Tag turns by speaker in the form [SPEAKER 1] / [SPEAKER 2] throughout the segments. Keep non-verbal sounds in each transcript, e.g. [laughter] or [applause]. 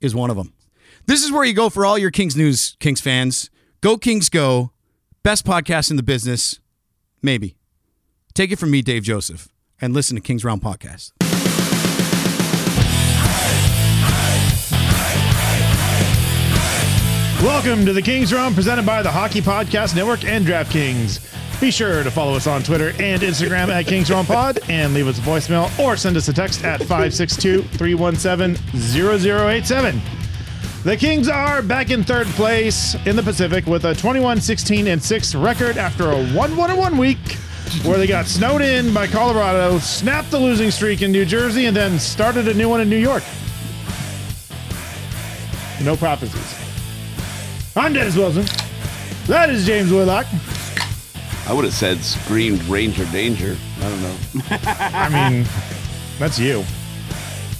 [SPEAKER 1] is one of them. This is where you go for all your Kings news, Kings fans. Go Kings Go, best podcast in the business, maybe. Take it from me, Dave Joseph, and listen to Kings Realm Podcast.
[SPEAKER 2] Welcome to the Kings Room, presented by the Hockey Podcast Network and DraftKings. Be sure to follow us on Twitter and Instagram at Kings Room Pod and leave us a voicemail or send us a text at 562 317 0087. The Kings are back in third place in the Pacific with a 21 16 and 6 record after a 1 1 1 week where they got snowed in by Colorado, snapped the losing streak in New Jersey, and then started a new one in New York. No prophecies. I'm Dennis Wilson. That is James Whitlock.
[SPEAKER 3] I would have said screamed Ranger Danger. I don't know.
[SPEAKER 2] [laughs] I mean, that's you.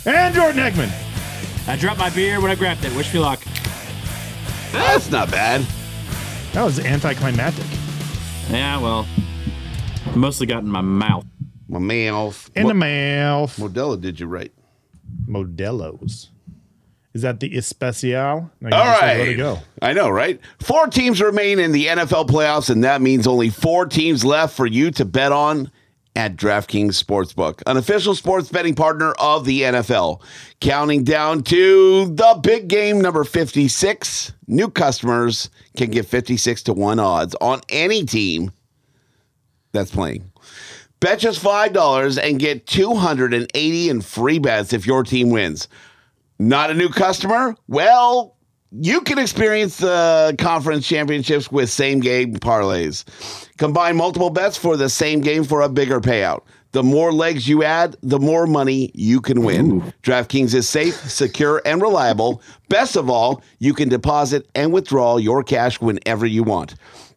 [SPEAKER 2] And Jordan Eckman.
[SPEAKER 4] I dropped my beer when I grabbed it. Wish me luck.
[SPEAKER 3] That's not bad.
[SPEAKER 2] That was anticlimactic.
[SPEAKER 4] Yeah, well, mostly got in my mouth.
[SPEAKER 3] My mouth.
[SPEAKER 2] In
[SPEAKER 3] Mo-
[SPEAKER 2] the mouth.
[SPEAKER 3] Modella did you right.
[SPEAKER 2] Modelos. Is that the especial? No, you
[SPEAKER 3] All
[SPEAKER 2] just said
[SPEAKER 3] right.
[SPEAKER 2] Let it go.
[SPEAKER 3] I know, right? Four teams remain in the NFL playoffs, and that means only four teams left for you to bet on at DraftKings Sportsbook, an official sports betting partner of the NFL. Counting down to the big game number 56. New customers can get 56 to 1 odds on any team that's playing. Bet just $5 and get 280 in free bets if your team wins. Not a new customer? Well, you can experience the conference championships with same game parlays. Combine multiple bets for the same game for a bigger payout. The more legs you add, the more money you can win. DraftKings is safe, secure, and reliable. Best of all, you can deposit and withdraw your cash whenever you want.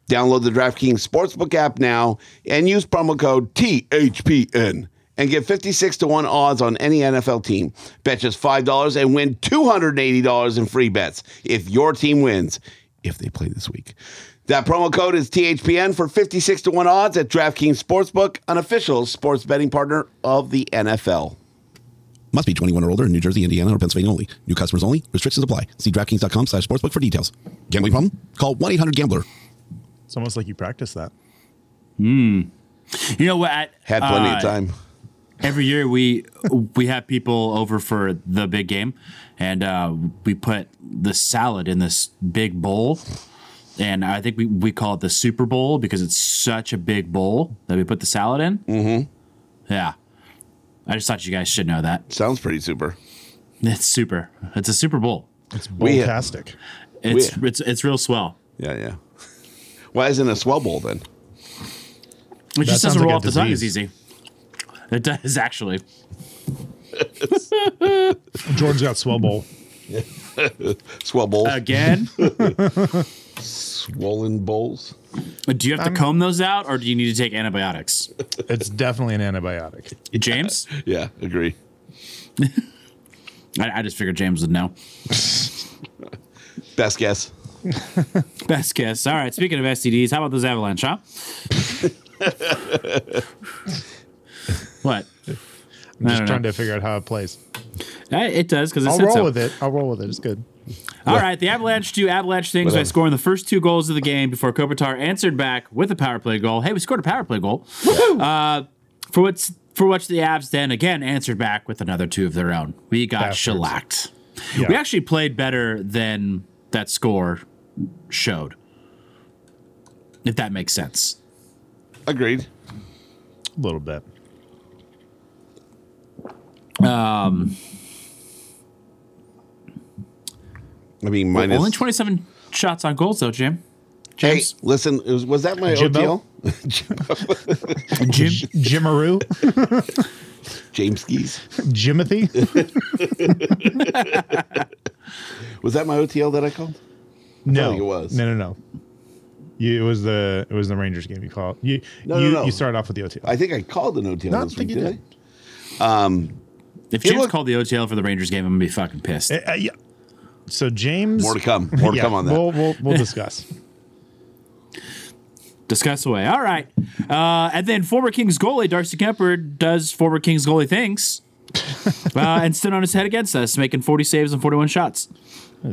[SPEAKER 3] Download the DraftKings Sportsbook app now and use promo code THPN and get 56 to 1 odds on any NFL team. Bet just $5 and win $280 in free bets if your team wins, if they play this week. That promo code is THPN for 56 to 1 odds at DraftKings Sportsbook, an official sports betting partner of the NFL.
[SPEAKER 5] Must be 21 or older in New Jersey, Indiana, or Pennsylvania only. New customers only. Restrictions apply. See DraftKings.com slash sportsbook for details. Gambling problem? Call 1-800-GAMBLER.
[SPEAKER 2] It's almost like you practiced that.
[SPEAKER 4] You know what? I,
[SPEAKER 3] Had plenty
[SPEAKER 4] uh,
[SPEAKER 3] of time.
[SPEAKER 4] Every year we we have people over for the big game, and uh, we put the salad in this big bowl. And I think we, we call it the Super Bowl because it's such a big bowl that we put the salad in. Mm-hmm. Yeah. I just thought you guys should know that.
[SPEAKER 3] Sounds pretty super.
[SPEAKER 4] It's super. It's a Super Bowl.
[SPEAKER 2] It's
[SPEAKER 3] We have-
[SPEAKER 2] fantastic.
[SPEAKER 4] It's
[SPEAKER 3] We-
[SPEAKER 4] it's it's real swell.
[SPEAKER 3] Yeah, yeah. Why isn't it a swell bowl then?
[SPEAKER 4] It
[SPEAKER 2] sounds
[SPEAKER 4] just doesn't roll
[SPEAKER 2] like a
[SPEAKER 4] off the tongue as
[SPEAKER 2] disease.
[SPEAKER 4] easy. It does actually.
[SPEAKER 2] [laughs] Jordan's got swell bowl.
[SPEAKER 3] Swell bowl.
[SPEAKER 2] [laughs]
[SPEAKER 4] Uh, Again,
[SPEAKER 3] Swollen bowls.
[SPEAKER 4] do you have to comb those out, or do you need to take antibiotics,
[SPEAKER 2] It's definitely an antibiotic.
[SPEAKER 4] James?
[SPEAKER 3] Yeah, agree.
[SPEAKER 4] I, I just figured James would know.
[SPEAKER 3] Best guess.
[SPEAKER 4] Best guess. All right. Speaking of STDs, how about those avalanche?
[SPEAKER 2] [laughs]
[SPEAKER 4] Huh? what?
[SPEAKER 2] I'm just
[SPEAKER 4] don't
[SPEAKER 2] trying
[SPEAKER 4] know.
[SPEAKER 2] to figure out how it plays.
[SPEAKER 4] Uh, It does because it
[SPEAKER 2] I'll
[SPEAKER 4] said
[SPEAKER 2] roll
[SPEAKER 4] so.
[SPEAKER 2] with it. I'll roll with it. It's good.
[SPEAKER 4] Uh, All right, the Avalanche do Avalanche things by scoring the first two goals of the game before Kopitar answered back with a power play goal. Hey, we scored a power play goal. Uh, for what's for which the Avs then again answered back with another two of their own. We got
[SPEAKER 2] Bastards.
[SPEAKER 4] shellacked.
[SPEAKER 2] Yeah.
[SPEAKER 4] We actually played better than that score showed. If that makes sense.
[SPEAKER 3] Agreed.
[SPEAKER 2] A little bit. Um,
[SPEAKER 3] I mean, minus.
[SPEAKER 4] Only 27 shots on goals though, Jim.
[SPEAKER 3] hey, listen, was, was that my
[SPEAKER 2] Jimbo?
[SPEAKER 3] OTL? [laughs]
[SPEAKER 4] Jim.
[SPEAKER 2] Jimaroo?
[SPEAKER 3] James Keys.
[SPEAKER 2] Jimothy?
[SPEAKER 3] Was that my OTL that I called?
[SPEAKER 2] No,
[SPEAKER 3] think it was.
[SPEAKER 2] No, no, no. You, it was the it was the Rangers game you called. You
[SPEAKER 3] No,
[SPEAKER 2] you,
[SPEAKER 3] no, no.
[SPEAKER 2] you started off with the OT.
[SPEAKER 3] I think I called an OTL
[SPEAKER 2] No, I
[SPEAKER 3] this
[SPEAKER 2] think
[SPEAKER 3] week,
[SPEAKER 2] you
[SPEAKER 3] did I?
[SPEAKER 2] did.
[SPEAKER 4] If
[SPEAKER 3] It
[SPEAKER 4] James
[SPEAKER 3] looked-
[SPEAKER 4] called the OTL for the Rangers game, I'm gonna be fucking pissed.
[SPEAKER 2] Uh, uh, yeah. So James,
[SPEAKER 3] More to come. More to
[SPEAKER 2] Yeah,
[SPEAKER 3] come on that.
[SPEAKER 2] We'll we'll, we'll discuss.
[SPEAKER 4] Discuss away. All right. Uh, and then former Kings goalie Darcy Kemper does former Kings goalie
[SPEAKER 2] [laughs]
[SPEAKER 4] things uh, and stood on his head against us, making 40 saves and 41 shots.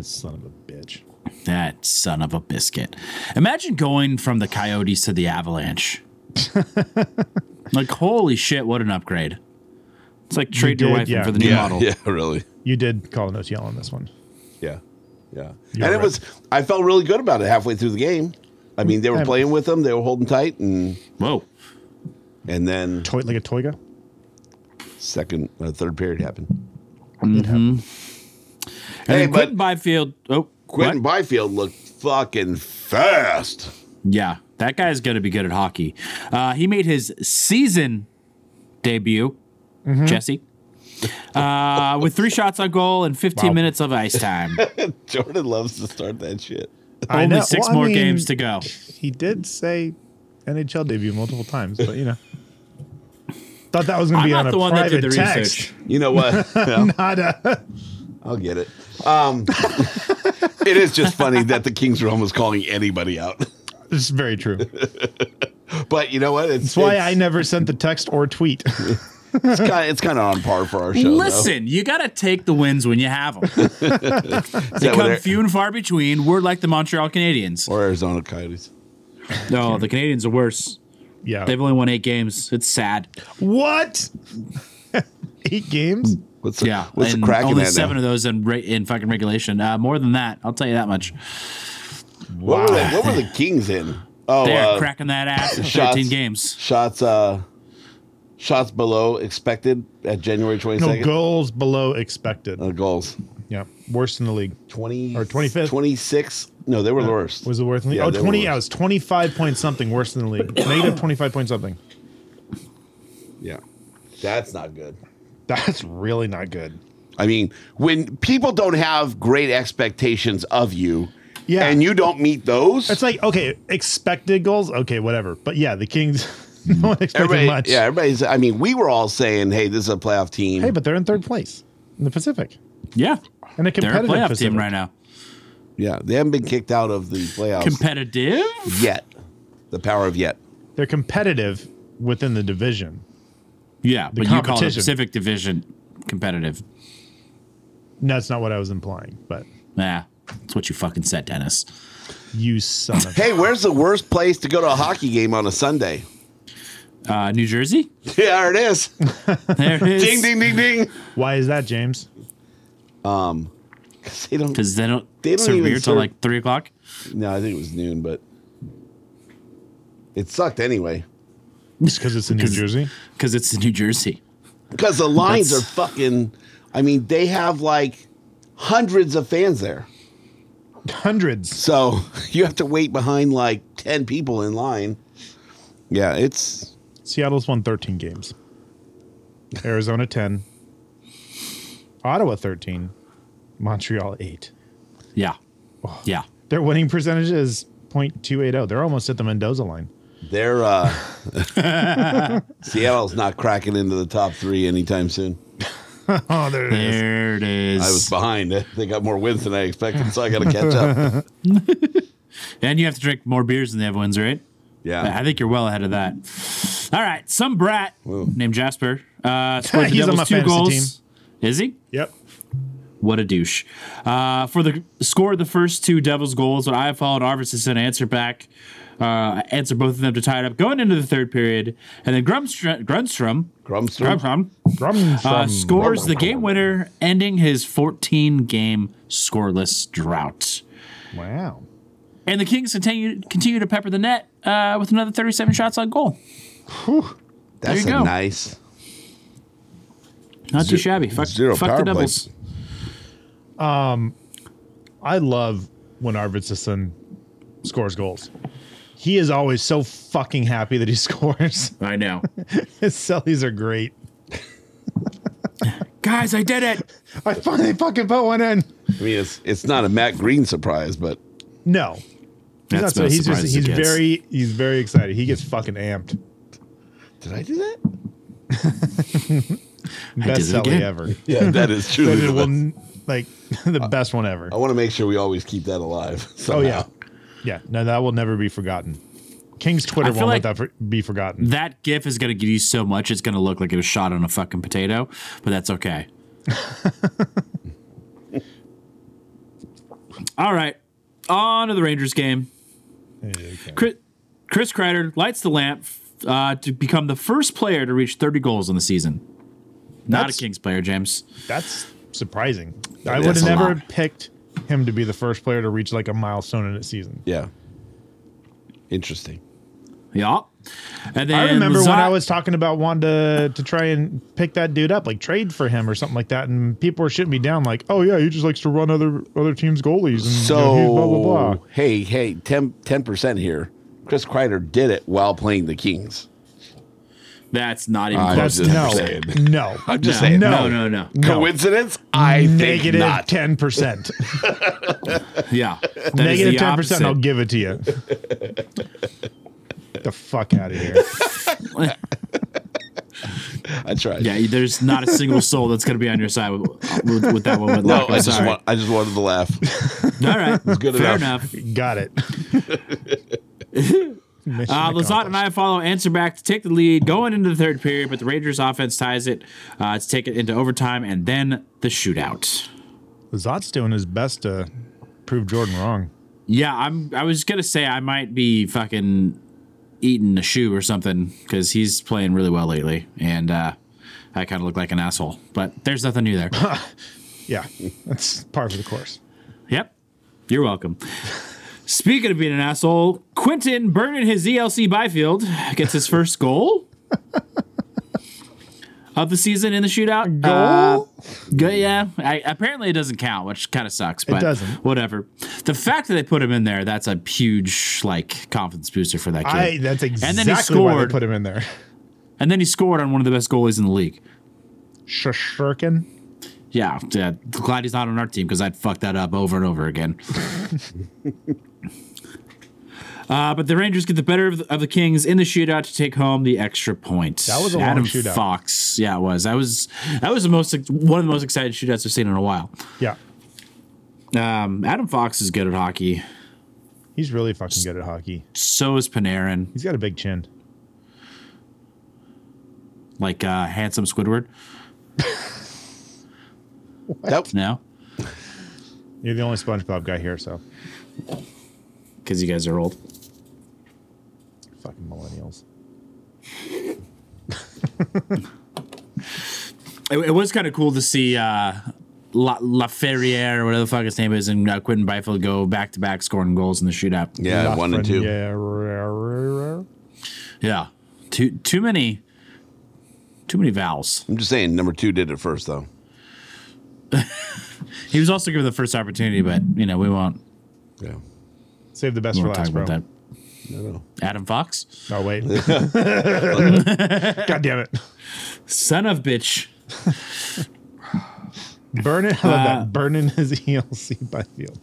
[SPEAKER 2] Son of a bitch.
[SPEAKER 4] That son of a biscuit. Imagine going from the Coyotes to
[SPEAKER 2] [laughs]
[SPEAKER 4] the Avalanche. like, holy shit, what an upgrade. It's like trade your
[SPEAKER 2] did,
[SPEAKER 4] wife in
[SPEAKER 2] yeah.
[SPEAKER 4] for the new
[SPEAKER 3] yeah, [laughs]
[SPEAKER 4] model.
[SPEAKER 3] yeah, really.
[SPEAKER 2] You did call an OTL on this one.
[SPEAKER 3] Yeah, yeah.
[SPEAKER 2] You're
[SPEAKER 3] and it
[SPEAKER 2] right.
[SPEAKER 3] was. I felt really good about it halfway through the game. I mean, they were
[SPEAKER 2] I'm-
[SPEAKER 3] playing with them. They were holding tight, and
[SPEAKER 4] Whoa.
[SPEAKER 3] and then
[SPEAKER 2] Toy like a toiga.
[SPEAKER 3] second, uh, third period happened. Hey,
[SPEAKER 4] And then Quentin
[SPEAKER 3] but
[SPEAKER 4] Byfield. Oh,
[SPEAKER 3] Quentin
[SPEAKER 4] what?
[SPEAKER 3] Byfield looked fucking fast. [laughs]
[SPEAKER 4] Yeah, that guy's going to be good at hockey. Uh, he made his season debut,
[SPEAKER 3] Mm-hmm.
[SPEAKER 4] Jesse, uh, with three shots on goal and 15
[SPEAKER 2] Wow.
[SPEAKER 4] minutes of ice
[SPEAKER 3] [laughs]
[SPEAKER 4] time.
[SPEAKER 3] Jordan loves to start that shit.
[SPEAKER 2] I
[SPEAKER 4] Only
[SPEAKER 2] know.
[SPEAKER 4] six
[SPEAKER 2] Well, I
[SPEAKER 4] more
[SPEAKER 2] mean,
[SPEAKER 4] games to go.
[SPEAKER 2] He did say NHL debut multiple times, but you know, [laughs] thought that was going to
[SPEAKER 4] I'm
[SPEAKER 2] be on
[SPEAKER 4] not
[SPEAKER 2] a
[SPEAKER 4] the one that
[SPEAKER 2] private
[SPEAKER 4] did the
[SPEAKER 2] text.
[SPEAKER 4] research.
[SPEAKER 3] You know what? Yeah,
[SPEAKER 2] [laughs] Not uh, a-
[SPEAKER 3] I'll get it. Um, [laughs] it is just funny that the Kings Realm was calling anybody out. [laughs]
[SPEAKER 2] it's very true.
[SPEAKER 3] But you know what? It's,
[SPEAKER 2] That's why
[SPEAKER 3] it's-
[SPEAKER 2] I never sent the text or
[SPEAKER 4] [laughs]
[SPEAKER 2] tweet.
[SPEAKER 3] It's kind of, it's kind of on par for our show. though.
[SPEAKER 4] Listen, you got to take the wins when
[SPEAKER 3] [laughs]
[SPEAKER 4] you have them.
[SPEAKER 3] Is
[SPEAKER 4] They
[SPEAKER 3] that what
[SPEAKER 4] come
[SPEAKER 3] they're-
[SPEAKER 4] few and far between. We're like the Montreal Canadiens.
[SPEAKER 3] or Arizona Coyotes.
[SPEAKER 4] No, the Canadiens are worse.
[SPEAKER 2] yeah.
[SPEAKER 3] Oh.
[SPEAKER 4] They've only won eight games. It's sad.
[SPEAKER 2] what? [laughs] Eight games?
[SPEAKER 3] What's the,
[SPEAKER 4] Yeah,
[SPEAKER 3] what's the
[SPEAKER 4] and
[SPEAKER 3] crack in
[SPEAKER 4] only
[SPEAKER 3] that
[SPEAKER 4] seven
[SPEAKER 3] now?
[SPEAKER 4] of those in re- in fucking regulation. Uh, more than that, I'll tell you that much.
[SPEAKER 3] What, were the, what were the Kings
[SPEAKER 4] [laughs]
[SPEAKER 3] in? Oh,
[SPEAKER 4] They're
[SPEAKER 3] uh,
[SPEAKER 4] cracking that ass in
[SPEAKER 3] shots.
[SPEAKER 4] 13 games.
[SPEAKER 3] shots. Uh, shots below expected at January twenty
[SPEAKER 2] No
[SPEAKER 3] second.
[SPEAKER 2] goals below expected.
[SPEAKER 3] Uh, goals.
[SPEAKER 2] yeah, worst in the league.
[SPEAKER 3] Twenty
[SPEAKER 2] Or 25th.
[SPEAKER 3] Twenty six. No, they were the worst.
[SPEAKER 2] Was it worth? league?
[SPEAKER 3] Yeah,
[SPEAKER 2] oh,
[SPEAKER 3] they were
[SPEAKER 2] 20
[SPEAKER 3] worse.
[SPEAKER 2] I was 25 point something worse than the league. Negative 25 point something.
[SPEAKER 3] Yeah, that's not good.
[SPEAKER 2] That's really not good.
[SPEAKER 3] I mean, when people don't have great expectations of you,
[SPEAKER 2] Yeah.
[SPEAKER 3] and you don't meet those,
[SPEAKER 2] It's like okay, expected goals. Okay, whatever. But yeah, the Kings. [laughs] no one expected
[SPEAKER 3] everybody,
[SPEAKER 2] much.
[SPEAKER 3] yeah, everybody's. I mean, we were all saying, "Hey, this is a playoff team."
[SPEAKER 2] Hey, but they're in third place in the Pacific
[SPEAKER 4] Yeah.
[SPEAKER 2] and a
[SPEAKER 4] They're a
[SPEAKER 2] competitive
[SPEAKER 4] playoff
[SPEAKER 2] Pacific.
[SPEAKER 4] team right now.
[SPEAKER 3] yeah, they haven't been kicked out of the playoffs
[SPEAKER 4] Competitive?
[SPEAKER 3] yet. The power of yet.
[SPEAKER 2] They're competitive within the division.
[SPEAKER 4] Yeah, but you call the
[SPEAKER 2] competition.
[SPEAKER 4] Pacific Division competitive.
[SPEAKER 2] No, that's not what I was implying, but
[SPEAKER 4] Nah, that's what you fucking said, Dennis.
[SPEAKER 2] you son [laughs] of.
[SPEAKER 3] Hey, where's the worst place to go to a hockey game on a Sunday? [laughs]
[SPEAKER 4] Uh, New Jersey?
[SPEAKER 3] Yeah, it is.
[SPEAKER 4] There it is.
[SPEAKER 3] ding, ding, ding, ding.
[SPEAKER 2] Why is that, James?
[SPEAKER 3] Because [laughs] they don't.
[SPEAKER 4] Because they don't,
[SPEAKER 3] They don't
[SPEAKER 4] serve
[SPEAKER 3] even
[SPEAKER 4] beer till
[SPEAKER 3] serve-
[SPEAKER 4] like 3 o'clock.
[SPEAKER 3] No, I think it was noon, but it sucked anyway.
[SPEAKER 2] Just because it's in New
[SPEAKER 4] 'Cause-
[SPEAKER 2] Jersey.
[SPEAKER 4] Because it's in New Jersey.
[SPEAKER 3] Because the lines
[SPEAKER 4] That's-
[SPEAKER 3] are fucking. I mean, they have like hundreds of fans there,
[SPEAKER 2] Hundreds.
[SPEAKER 3] so [laughs] you have to wait behind like ten people in line. Yeah, it's
[SPEAKER 2] Seattle's won 13 games. Arizona 10. Ottawa 13. Montreal 8.
[SPEAKER 4] Yeah.
[SPEAKER 2] Oh.
[SPEAKER 4] Yeah.
[SPEAKER 2] Their winning percentage is .280. oh. They're almost at the Mendoza line.
[SPEAKER 3] they're [laughs] uh, Seattle's not cracking into the top three anytime soon.
[SPEAKER 2] Oh, there it is.
[SPEAKER 4] There it is.
[SPEAKER 3] I was behind. They got more wins than I expected, so I got to catch up.
[SPEAKER 4] and you have to drink more beers than the other ones, right? I
[SPEAKER 3] Yeah,
[SPEAKER 4] think you're well ahead of that. All right. Some brat named Jasper uh, scored
[SPEAKER 2] [laughs]
[SPEAKER 4] the
[SPEAKER 2] He's on
[SPEAKER 4] Devils
[SPEAKER 2] my fantasy
[SPEAKER 4] two goals. Is he?
[SPEAKER 2] Yep.
[SPEAKER 4] What a douche. Uh, for the score of the first two Devils goals, I followed Arvidsson and answer back, uh, answer both of them to tie it up going into the third period. And then Grumstr- Grunstrom,
[SPEAKER 3] Grumstrom?
[SPEAKER 4] Grumstrom,
[SPEAKER 2] Drum
[SPEAKER 4] uh,
[SPEAKER 2] some-
[SPEAKER 4] scores the game winner, ending his 14 game scoreless drought.
[SPEAKER 2] Wow.
[SPEAKER 4] And the Kings continue continue to pepper the net uh, with another 37 shots on goal.
[SPEAKER 3] That's
[SPEAKER 4] you
[SPEAKER 3] a
[SPEAKER 4] go.
[SPEAKER 3] nice.
[SPEAKER 4] Not too shabby. Fuck,
[SPEAKER 3] zero
[SPEAKER 4] fuck
[SPEAKER 3] power play.
[SPEAKER 4] the Devils.
[SPEAKER 2] I love when Arvidsson scores goals. He is always so fucking happy that he [laughs] scores.
[SPEAKER 4] I know.
[SPEAKER 2] His sellies are great.
[SPEAKER 4] [laughs] Guys, I did it.
[SPEAKER 2] I finally fucking put one in.
[SPEAKER 3] I mean, it's it's not a Matt Green surprise, but
[SPEAKER 2] No, he's not
[SPEAKER 4] That's
[SPEAKER 2] so.
[SPEAKER 4] no
[SPEAKER 2] He's just
[SPEAKER 4] surprise to
[SPEAKER 2] he's
[SPEAKER 4] kids.
[SPEAKER 2] very he's very excited. He gets fucking amped.
[SPEAKER 3] did I do that?
[SPEAKER 4] I did
[SPEAKER 2] Best
[SPEAKER 4] it
[SPEAKER 2] selling
[SPEAKER 4] again.
[SPEAKER 2] ever.
[SPEAKER 4] [laughs]
[SPEAKER 3] Yeah, [laughs] that is true.
[SPEAKER 2] But it will n- like [laughs] the best one ever.
[SPEAKER 3] I want to make sure we always keep that alive. [laughs]
[SPEAKER 2] Oh
[SPEAKER 3] somehow.
[SPEAKER 2] yeah, yeah. No, that will never be forgotten. King's Twitter
[SPEAKER 4] I
[SPEAKER 2] won't
[SPEAKER 4] feel
[SPEAKER 2] let that
[SPEAKER 4] like-
[SPEAKER 2] for, be forgotten.
[SPEAKER 4] That GIF is going to give you so much. It's going to look like it was shot on a fucking potato, but
[SPEAKER 2] [laughs]
[SPEAKER 4] that's okay. All right. On to the Rangers game. Chris, Chris Kreider lights the lamp uh, to become the first player to reach 30 goals in the season. Not
[SPEAKER 2] That's-
[SPEAKER 4] a Kings player, James.
[SPEAKER 2] That's surprising. I
[SPEAKER 3] is
[SPEAKER 2] would have
[SPEAKER 3] a
[SPEAKER 2] never
[SPEAKER 4] lot.
[SPEAKER 2] picked him to be the first player to reach like a milestone in a season.
[SPEAKER 3] yeah. Interesting.
[SPEAKER 4] Yeah. And then
[SPEAKER 2] I remember when
[SPEAKER 4] Lazat-
[SPEAKER 2] I was talking about wanting to, to try and pick that dude up, like trade for him or something like that, and people were shooting me down, like, "Oh yeah, he just likes to run other other teams' goalies." And,
[SPEAKER 3] So
[SPEAKER 2] you know, he's blah blah blah.
[SPEAKER 3] hey, hey, 10 percent here. Chris Kreider did it while playing the Kings.
[SPEAKER 4] That's not even
[SPEAKER 3] I
[SPEAKER 4] close.
[SPEAKER 2] That's
[SPEAKER 3] was
[SPEAKER 2] no,
[SPEAKER 3] just saying.
[SPEAKER 2] no,
[SPEAKER 3] [laughs] I'm just saying.
[SPEAKER 4] No, no, no. no.
[SPEAKER 3] Coincidence? I think
[SPEAKER 2] negative
[SPEAKER 3] not.
[SPEAKER 2] ten percent.
[SPEAKER 4] Yeah. [laughs] That is
[SPEAKER 2] Negative
[SPEAKER 4] the
[SPEAKER 2] ten percent. I'll
[SPEAKER 4] opposite.
[SPEAKER 2] give it to
[SPEAKER 3] [laughs]
[SPEAKER 2] you. the fuck out of here.
[SPEAKER 4] [laughs]
[SPEAKER 3] I tried.
[SPEAKER 4] Yeah, there's not a single soul that's going to be on your side with, with, with that one. With
[SPEAKER 3] No,
[SPEAKER 4] luck. I'm
[SPEAKER 3] I just
[SPEAKER 4] sorry.
[SPEAKER 3] want, I just wanted to laugh.
[SPEAKER 2] [laughs]
[SPEAKER 4] All right,
[SPEAKER 3] good
[SPEAKER 4] fair
[SPEAKER 3] enough.
[SPEAKER 4] enough.
[SPEAKER 2] Got it. Mission
[SPEAKER 4] Uh, Lazat and
[SPEAKER 2] accomplished.
[SPEAKER 4] I follow answer back to take the lead going into the third period, but the Rangers' offense ties it uh, to take it into overtime and then the shootout.
[SPEAKER 2] Lazat's doing his best to prove Jordan wrong.
[SPEAKER 4] Yeah, I'm. I was gonna say I might be fucking eating a shoe or something because he's playing really well lately, and uh, I kind of look like an asshole. But there's nothing new there.
[SPEAKER 2] Yeah, that's par for the course.
[SPEAKER 4] Yep. You're welcome. Speaking of being an asshole, Quentin burning his ELC Byfield gets his first goal of the season in the shootout.
[SPEAKER 2] Goal?
[SPEAKER 4] Uh, go- yeah. I, apparently it doesn't count, which kind of sucks, but
[SPEAKER 2] doesn't.
[SPEAKER 4] whatever. The fact that they put him in there, that's a huge like confidence booster for that kid.
[SPEAKER 2] I that's exactly
[SPEAKER 4] and then he
[SPEAKER 2] why
[SPEAKER 4] scored.
[SPEAKER 2] they put him in there.
[SPEAKER 4] and then he scored on one of the best goalies in the league.
[SPEAKER 2] Shishkin.
[SPEAKER 4] Yeah, yeah. Glad he's not on our team because I'd fuck that up over and
[SPEAKER 2] [laughs]
[SPEAKER 4] over again. uh, but the Rangers get the better of the, of the Kings in the shootout to take home the extra points.
[SPEAKER 2] That was a long
[SPEAKER 4] Adam
[SPEAKER 2] shootout.
[SPEAKER 4] Fox. Yeah, it was. That was that was the most one of the most exciting shootouts I've seen in a while.
[SPEAKER 2] Yeah,
[SPEAKER 4] Um, Adam Fox is good at hockey.
[SPEAKER 2] he's really fucking good at hockey.
[SPEAKER 4] So is Panarin,
[SPEAKER 2] He's got a big chin.
[SPEAKER 4] like uh, handsome Squidward.
[SPEAKER 3] Nope.
[SPEAKER 4] No,
[SPEAKER 2] You're the only SpongeBob guy here, so
[SPEAKER 4] because you guys are old.
[SPEAKER 2] fucking millennials.
[SPEAKER 4] It, it was kind of cool to see uh, La, La Ferriere, or whatever the fuck his name is, and uh, Quentin Byfield go back to back scoring goals in the shootout.
[SPEAKER 3] Yeah, one and two.
[SPEAKER 2] Yeah,
[SPEAKER 4] Yeah. Too too many too many vowels.
[SPEAKER 3] I'm just saying, number two did it first, though.
[SPEAKER 4] He was also given the first opportunity, but you know, we won't,
[SPEAKER 3] Yeah.
[SPEAKER 2] save the best
[SPEAKER 4] we
[SPEAKER 2] for
[SPEAKER 4] won't talk
[SPEAKER 2] last, bro.
[SPEAKER 4] about that. Adam Fox?
[SPEAKER 2] Oh
[SPEAKER 4] [laughs]
[SPEAKER 2] wait, [laughs] god damn it,
[SPEAKER 4] Son of bitch.
[SPEAKER 2] burning I love that burning his [laughs] ELC by field.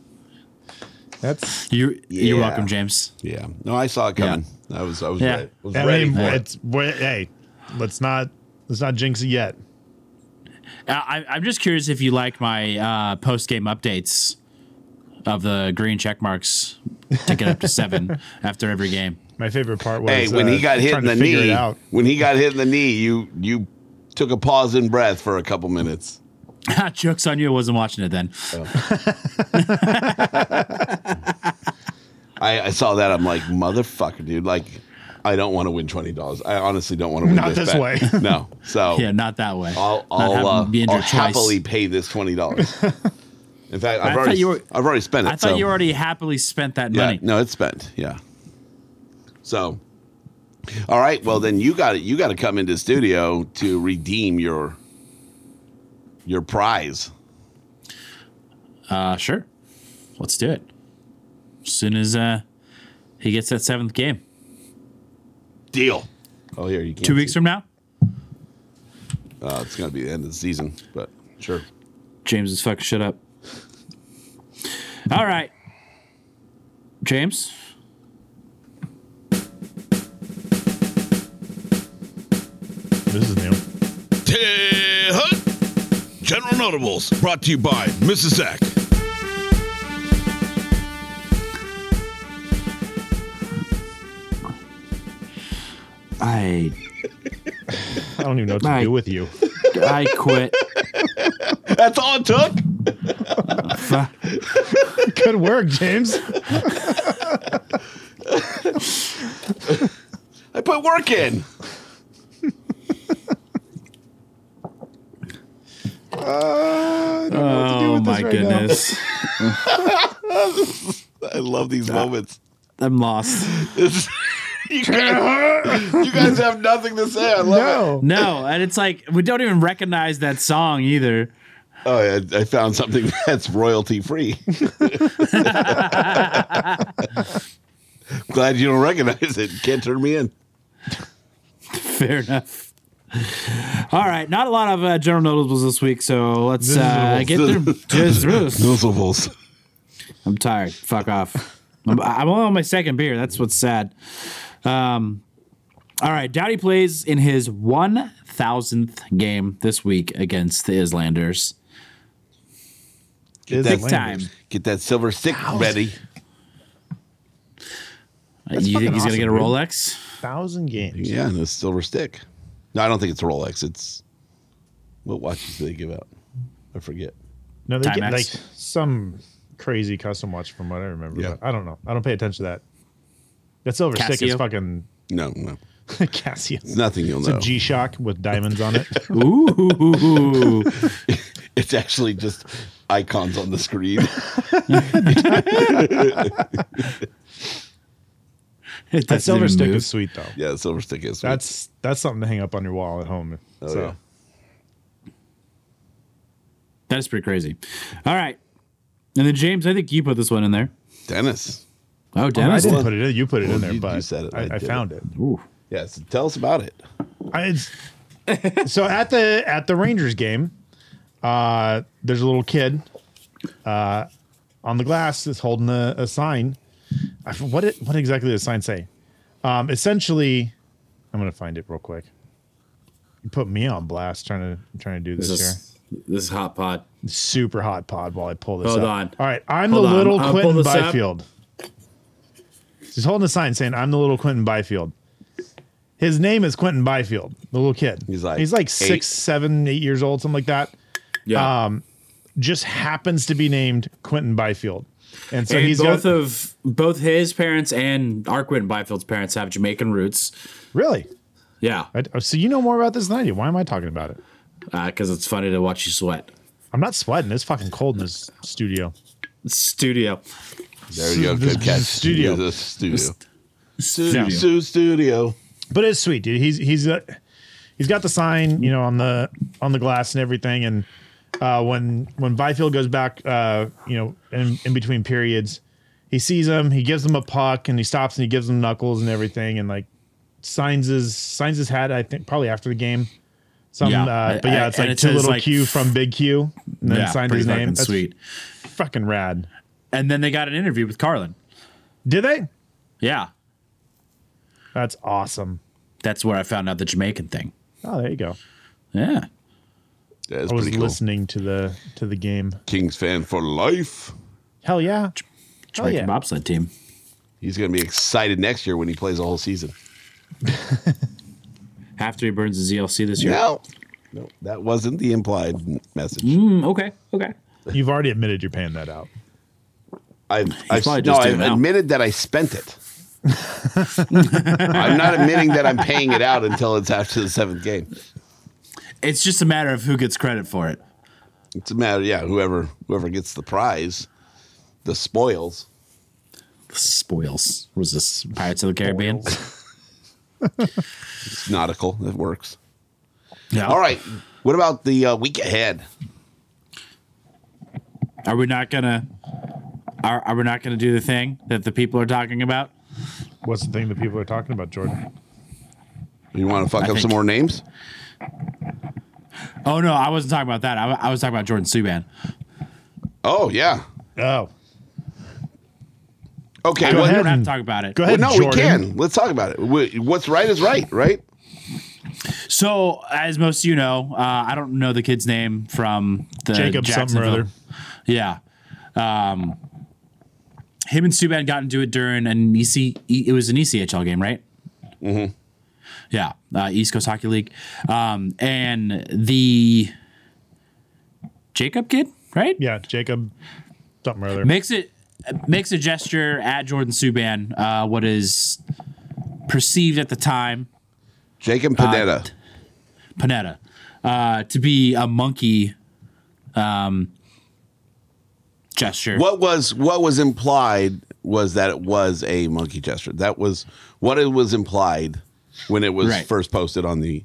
[SPEAKER 2] That's
[SPEAKER 4] You you're
[SPEAKER 3] Yeah.
[SPEAKER 4] welcome, James.
[SPEAKER 3] Yeah. No, I saw it coming. I was, I was
[SPEAKER 4] Yeah.
[SPEAKER 3] ready. I was
[SPEAKER 2] I
[SPEAKER 3] ready
[SPEAKER 2] mean,
[SPEAKER 3] for it.
[SPEAKER 2] it's wa- hey, let's not let's not jinx it yet.
[SPEAKER 4] Uh, I, I'm just curious if you like my uh, post game updates of the green check marks to get up to seven after every game.
[SPEAKER 2] My favorite part was
[SPEAKER 3] Hey, when
[SPEAKER 2] uh,
[SPEAKER 3] he got hit
[SPEAKER 2] trying
[SPEAKER 3] in the
[SPEAKER 2] to figure it
[SPEAKER 3] knee,
[SPEAKER 2] out.
[SPEAKER 3] when he got hit in the knee, you you took a pause in breath for a couple minutes.
[SPEAKER 4] [laughs] Jokes on you! I wasn't watching it then.
[SPEAKER 3] I, I saw that. I'm like, motherfucker, dude. Like, I don't want to win twenty dollars. I honestly don't want to win
[SPEAKER 2] Not
[SPEAKER 3] this,
[SPEAKER 2] this
[SPEAKER 3] bet.
[SPEAKER 2] way.
[SPEAKER 3] [laughs] No. So
[SPEAKER 4] [laughs] Yeah, not that way.
[SPEAKER 3] Oh. I'll
[SPEAKER 4] Not having
[SPEAKER 3] I'll, uh,
[SPEAKER 4] to be
[SPEAKER 3] I'll
[SPEAKER 4] injured twice.
[SPEAKER 3] happily pay this twenty dollars.
[SPEAKER 4] [laughs]
[SPEAKER 3] In fact,
[SPEAKER 4] I
[SPEAKER 3] I've
[SPEAKER 4] thought
[SPEAKER 3] already
[SPEAKER 4] you were-
[SPEAKER 3] I've already spent it.
[SPEAKER 4] I thought
[SPEAKER 3] so-
[SPEAKER 4] you already happily spent that
[SPEAKER 3] Yeah,
[SPEAKER 4] money.
[SPEAKER 3] no, it's spent. Yeah. So, all right. Well, then you got it. You got to come into studio to redeem your your prize.
[SPEAKER 4] Uh, sure. Let's do it. As soon as uh, he gets that seventh game,
[SPEAKER 3] Deal. Oh, here you can.
[SPEAKER 4] two weeks from now,
[SPEAKER 3] Uh, it's gonna be the end of the season, but sure.
[SPEAKER 4] James is fucking shit up. All right, James.
[SPEAKER 2] This is new.
[SPEAKER 6] General Notables, brought to you by Mrs. Zach.
[SPEAKER 4] I
[SPEAKER 2] I don't even know what to
[SPEAKER 4] Right.
[SPEAKER 2] do with you. [laughs]
[SPEAKER 4] I [laughs] quit.
[SPEAKER 3] That's all it took.
[SPEAKER 2] Good work, James.
[SPEAKER 3] I put work in.
[SPEAKER 4] oh my [laughs] goodness,
[SPEAKER 3] I love these moments. [laughs]
[SPEAKER 4] I'm lost.
[SPEAKER 3] It's- you, guys, you guys have nothing to say. I love it.
[SPEAKER 2] No.
[SPEAKER 4] No, and it's like we don't even recognize that song either.
[SPEAKER 3] Oh, I, I found something [laughs] that's royalty free. Glad you don't recognize it. Can't turn me in.
[SPEAKER 4] [laughs] Fair enough. All right, not a lot of uh, general notables this week, so let's uh, get through. Just-
[SPEAKER 3] Nozzleballs.
[SPEAKER 4] I'm tired. Fuck off. I'm, I'm only on my second beer. That's what's sad. Um, all right. Dowdy plays in his 1,000th game this week against the Islanders.
[SPEAKER 2] Is
[SPEAKER 3] that
[SPEAKER 2] it
[SPEAKER 4] Big time.
[SPEAKER 2] lame?
[SPEAKER 3] Get that silver stick ready.
[SPEAKER 4] you think
[SPEAKER 2] fucking
[SPEAKER 4] he's going to get a
[SPEAKER 2] awesome, dude.
[SPEAKER 4] Rolex?
[SPEAKER 2] Thousand games.
[SPEAKER 3] Yeah, and a silver stick. No, I don't think it's a Rolex. It's what watches do they give out? I forget.
[SPEAKER 2] No, they
[SPEAKER 4] Timex.
[SPEAKER 2] get like some crazy custom watch from what I remember.
[SPEAKER 3] Yeah.
[SPEAKER 2] But I don't know. I don't pay attention to that. That silver stick is
[SPEAKER 4] Casio.
[SPEAKER 2] fucking [laughs]
[SPEAKER 3] No, no,
[SPEAKER 2] Casio.
[SPEAKER 3] nothing you'll
[SPEAKER 2] It's a
[SPEAKER 3] know.
[SPEAKER 2] G Shock with diamonds on
[SPEAKER 3] [laughs]
[SPEAKER 2] it.
[SPEAKER 4] Ooh.
[SPEAKER 3] it's actually just icons on the screen.
[SPEAKER 4] It
[SPEAKER 2] [laughs] that
[SPEAKER 4] doesn't
[SPEAKER 2] silver
[SPEAKER 4] even
[SPEAKER 2] stick
[SPEAKER 4] move.
[SPEAKER 2] is sweet though.
[SPEAKER 3] [laughs] yeah, the silver stick is. sweet.
[SPEAKER 2] That's that's something to hang up on your wall at home.
[SPEAKER 3] Oh,
[SPEAKER 2] so
[SPEAKER 3] yeah.
[SPEAKER 4] That is pretty crazy. All right. And then, James, I think you put this one in there.
[SPEAKER 3] Dennis.
[SPEAKER 4] Oh,
[SPEAKER 2] I
[SPEAKER 4] Dennis.
[SPEAKER 2] didn't put it in. You put it
[SPEAKER 3] Well,
[SPEAKER 2] in there,
[SPEAKER 3] you-
[SPEAKER 2] but
[SPEAKER 3] you said it, I
[SPEAKER 2] I, I,
[SPEAKER 3] did
[SPEAKER 2] found it.
[SPEAKER 4] Ooh.
[SPEAKER 3] Yeah, so tell us about it.
[SPEAKER 2] I, it's- [laughs] so at the at the Rangers game, uh, there's a little kid uh, on the glass that's holding a, a sign. I, f- what it, what exactly does the sign say? Um, essentially, I'm gonna find it real quick. You put me on blast trying to trying to do this,
[SPEAKER 4] this is hot pot.
[SPEAKER 2] here. Super hot pod while I pull this.
[SPEAKER 4] Hold
[SPEAKER 2] up.
[SPEAKER 4] on.
[SPEAKER 2] All right, I'm
[SPEAKER 4] Hold
[SPEAKER 2] the
[SPEAKER 4] on.
[SPEAKER 2] little
[SPEAKER 4] I'll pull
[SPEAKER 2] Quentin
[SPEAKER 4] this up.
[SPEAKER 2] Byfield. He's holding a sign saying, "I'm the little Quentin Byfield." His name is Quentin Byfield, the little kid.
[SPEAKER 3] He's like
[SPEAKER 2] he's like
[SPEAKER 3] eight.
[SPEAKER 2] six, seven, eight years old, something like that.
[SPEAKER 4] Yeah.
[SPEAKER 2] Just happens to be named Quentin Byfield, and so
[SPEAKER 4] and
[SPEAKER 2] he's
[SPEAKER 4] both
[SPEAKER 2] got,
[SPEAKER 4] of both his parents and Arquin Byfield's parents have Jamaican roots.
[SPEAKER 2] really.
[SPEAKER 4] Yeah,
[SPEAKER 2] I, oh, so you know more about this than I do. Why am I talking about it?
[SPEAKER 4] because uh, it's funny to watch you sweat.
[SPEAKER 2] I'm not sweating. It's fucking cold in this studio.
[SPEAKER 4] Studio.
[SPEAKER 3] There you go.
[SPEAKER 2] This
[SPEAKER 3] Good
[SPEAKER 2] is
[SPEAKER 3] catch.
[SPEAKER 2] studio.
[SPEAKER 3] This is studio.
[SPEAKER 4] Studio.
[SPEAKER 3] Sue Studio.
[SPEAKER 2] but it's sweet, dude. He's he's uh, he's got the sign, you know, on the on the glass and everything. And uh, when when Byfield goes back, uh, you know, in, in between periods, he sees him. He gives him a puck, and he stops and he gives him knuckles and everything, and like signs his signs his hat. I think probably after the game. Some,
[SPEAKER 4] Yeah.
[SPEAKER 2] uh, but yeah, it's
[SPEAKER 4] And
[SPEAKER 2] like
[SPEAKER 4] it
[SPEAKER 2] two
[SPEAKER 4] says,
[SPEAKER 2] little
[SPEAKER 4] like,
[SPEAKER 2] Q from Big Q, and then
[SPEAKER 4] Yeah,
[SPEAKER 2] signs
[SPEAKER 4] pretty
[SPEAKER 2] his name.
[SPEAKER 4] fucking
[SPEAKER 2] That's
[SPEAKER 4] sweet.
[SPEAKER 2] fucking rad.
[SPEAKER 4] And then they got an interview with Carlin.
[SPEAKER 2] Did they?
[SPEAKER 4] Yeah,
[SPEAKER 2] That's awesome.
[SPEAKER 4] that's where I found out the Jamaican thing.
[SPEAKER 2] Oh, there you go.
[SPEAKER 4] Yeah.
[SPEAKER 3] That's
[SPEAKER 2] I was
[SPEAKER 3] pretty cool.
[SPEAKER 2] listening to the to the game.
[SPEAKER 3] Kings fan for life.
[SPEAKER 2] Hell yeah. Hell
[SPEAKER 4] Jamaican
[SPEAKER 2] yeah.
[SPEAKER 4] bobsled team.
[SPEAKER 3] He's going to be excited next year when he plays the whole season.
[SPEAKER 4] After he burns his ELC E this year.
[SPEAKER 3] Now, No, that wasn't the implied message.
[SPEAKER 4] Mm. okay, okay.
[SPEAKER 2] You've already admitted you're paying that out.
[SPEAKER 3] I, I no,
[SPEAKER 4] probably just
[SPEAKER 3] I
[SPEAKER 4] doing it now.
[SPEAKER 3] admitted that I spent
[SPEAKER 4] [laughs]
[SPEAKER 3] it. I'm not admitting that I'm paying it out until it's after the seventh game.
[SPEAKER 4] It's just a matter of who gets credit for it.
[SPEAKER 3] It's a matter, yeah, whoever whoever gets the prize, the spoils.
[SPEAKER 4] Spoils. Was this Pirates of the Caribbean?
[SPEAKER 3] It's nautical. It works.
[SPEAKER 4] Yeah.
[SPEAKER 3] All right. What about the uh, week ahead?
[SPEAKER 4] Are we not gonna? Are, are we not gonna do the thing that the people are talking about?
[SPEAKER 2] What's the thing that people are talking about, Jordan?
[SPEAKER 3] You want to fuck
[SPEAKER 4] I
[SPEAKER 3] up some
[SPEAKER 4] think-
[SPEAKER 3] more names?
[SPEAKER 4] Oh no, I wasn't talking about that. I, I was talking about Jordan Subban.
[SPEAKER 3] Oh yeah.
[SPEAKER 2] Oh,
[SPEAKER 3] Okay.
[SPEAKER 2] Go
[SPEAKER 3] what-
[SPEAKER 4] We
[SPEAKER 2] ahead.
[SPEAKER 4] don't have to talk about it.
[SPEAKER 2] go
[SPEAKER 3] well,
[SPEAKER 2] ahead.
[SPEAKER 3] no, we
[SPEAKER 2] Jordan.
[SPEAKER 3] can. Let's talk about it. Wh- What's right is right, right?
[SPEAKER 4] So, as most of you know, uh, I don't know the kid's name from the
[SPEAKER 2] Jacob something or other.
[SPEAKER 4] Jacksonville- Yeah. Um, him and Subban got into it during an EC. It was an E ECHL game, right? Mm-hmm. Yeah, uh, East Coast Hockey League, um, and the Jacob kid, right?
[SPEAKER 2] Yeah, Jacob something or other.
[SPEAKER 4] makes it makes a gesture at Jordan Subban. Uh, what is perceived at the time
[SPEAKER 3] Jacob Panetta.
[SPEAKER 4] Panetta uh, to be a monkey um, gesture.
[SPEAKER 3] what was what was implied was that it was a monkey gesture. That was what it was implied when it was
[SPEAKER 4] Right.
[SPEAKER 3] first posted on the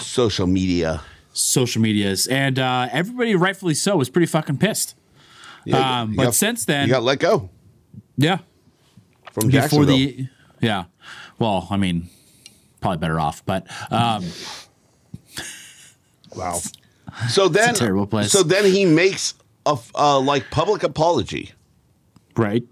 [SPEAKER 3] social media.
[SPEAKER 4] Social medias and uh, everybody, rightfully so, was pretty fucking pissed.
[SPEAKER 3] Yeah,
[SPEAKER 4] Um,
[SPEAKER 3] you
[SPEAKER 4] but
[SPEAKER 3] got-
[SPEAKER 4] since then,
[SPEAKER 3] you got let go
[SPEAKER 4] yeah,
[SPEAKER 3] from
[SPEAKER 4] before
[SPEAKER 3] Jacksonville.
[SPEAKER 4] the yeah. Well, I mean, probably better off, but um,
[SPEAKER 2] wow.
[SPEAKER 3] so then
[SPEAKER 4] terrible place.
[SPEAKER 3] So then he makes a f- uh, like public apology.
[SPEAKER 4] right.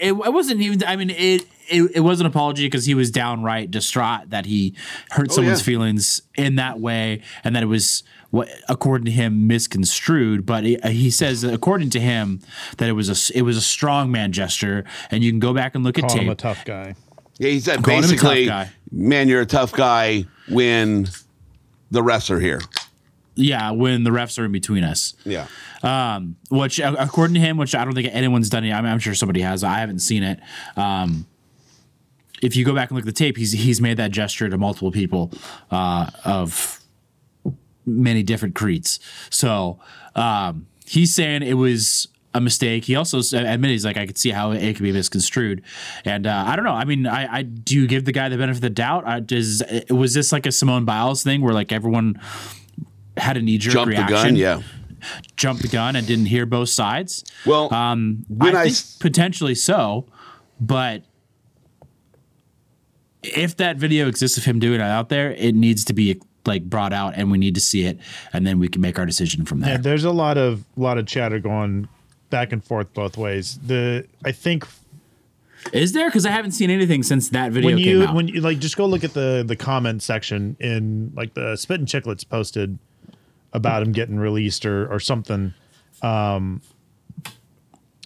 [SPEAKER 3] And-
[SPEAKER 4] it, it, it wasn't even. I mean, it it, it was an apology because he was downright distraught that he hurt someone's
[SPEAKER 3] yeah.
[SPEAKER 4] feelings in that way, and that it was what, according to him, misconstrued. But he, uh, he says, that according to him, that it was a s- it was a strong man gesture, and you can go back and look at
[SPEAKER 2] Calling him a
[SPEAKER 4] tape.
[SPEAKER 2] tough guy.
[SPEAKER 3] Yeah, he said
[SPEAKER 4] Calling him a tough
[SPEAKER 3] basically,
[SPEAKER 4] guy.
[SPEAKER 3] man, you're a tough guy when the refs are here.
[SPEAKER 4] yeah, when the refs are in between us.
[SPEAKER 3] Yeah.
[SPEAKER 4] um, which a- according to him, which I don't think anyone's done it. I mean, I'm sure somebody has. I haven't seen it. Um, if you go back and look at the tape, he's he's made that gesture to multiple people uh, of many different creeds. So um, he's saying it was a mistake. He also s- admitted he's like I could see how it could be misconstrued, and uh, I don't know. I mean, I, I do you give the guy the benefit of the doubt? I, does was this like a Simone Biles thing where like everyone had a knee jerk
[SPEAKER 3] Jump the
[SPEAKER 4] reaction?
[SPEAKER 3] gun. Yeah.
[SPEAKER 4] jumped the gun and didn't hear both sides.
[SPEAKER 3] Well,
[SPEAKER 4] Um,
[SPEAKER 3] when
[SPEAKER 4] I
[SPEAKER 3] I
[SPEAKER 4] think
[SPEAKER 3] s-
[SPEAKER 4] potentially so, but if that video exists of him doing it out there, it needs to be like brought out, and we need to see it, and then we can make our decision from there.
[SPEAKER 2] Yeah, there's a lot of lot of chatter going back and forth both ways. The I think
[SPEAKER 4] Is there? Because I haven't seen anything since that video
[SPEAKER 2] when
[SPEAKER 4] came
[SPEAKER 2] you
[SPEAKER 4] out.
[SPEAKER 2] when you like just go look at the the comment section in like the spit and chicklets posted about him getting released or or something um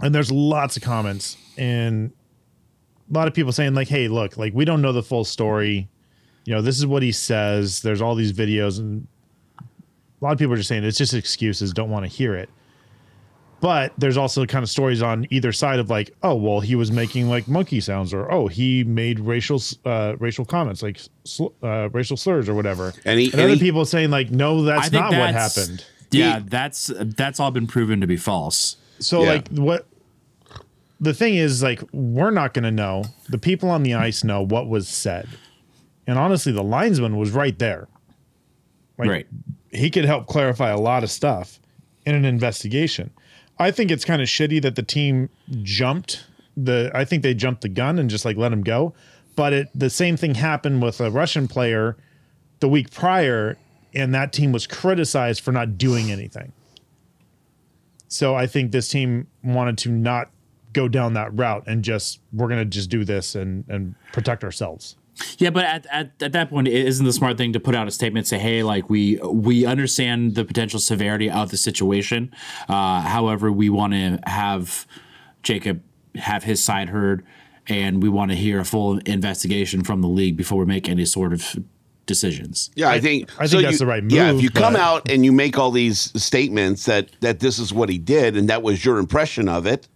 [SPEAKER 2] and there's lots of comments and a lot of people saying like hey look like we don't know the full story you know this is what he says there's all these videos and a lot of people are just saying it's just excuses don't want to hear it but there's also kind of stories on either side of like oh well he was making like monkey sounds or oh he made racial s- uh, racial comments like sl- uh, racial slurs or whatever
[SPEAKER 3] And he- and
[SPEAKER 2] other
[SPEAKER 3] he-
[SPEAKER 2] people saying like no
[SPEAKER 4] I
[SPEAKER 2] that's
[SPEAKER 4] think
[SPEAKER 2] not
[SPEAKER 4] that's-
[SPEAKER 2] what happened
[SPEAKER 4] Yeah,
[SPEAKER 3] He-
[SPEAKER 4] that's that's all been proven to be false.
[SPEAKER 2] so
[SPEAKER 3] Yeah.
[SPEAKER 2] like what the thing is like we're not going to know the people on the ice know what was said and honestly the linesman was right there Like,
[SPEAKER 4] right.
[SPEAKER 2] he could help clarify a lot of stuff in an investigation. I think it's kind of shitty that the team jumped the I think they jumped the gun and just like let him go. But it the same thing happened with a Russian player the week prior and that team was criticized for not doing anything. So I think this team wanted to not go down that route and just we're going to just do this and and protect ourselves.
[SPEAKER 4] Yeah, but at, at, at that point, it isn't the smart thing to put out a statement say, "Hey, like we we understand the potential severity of the situation. Uh, however, we want to have Jacob have his side heard, and we want to hear a full investigation from the league before we make any sort of decisions.
[SPEAKER 3] Yeah, I think
[SPEAKER 2] I think
[SPEAKER 3] so
[SPEAKER 2] that's
[SPEAKER 3] you-
[SPEAKER 2] the right
[SPEAKER 3] Yeah, if
[SPEAKER 2] move,
[SPEAKER 3] you come
[SPEAKER 2] but-
[SPEAKER 3] out and you make all these statements that that this is what he did and that was your impression of it,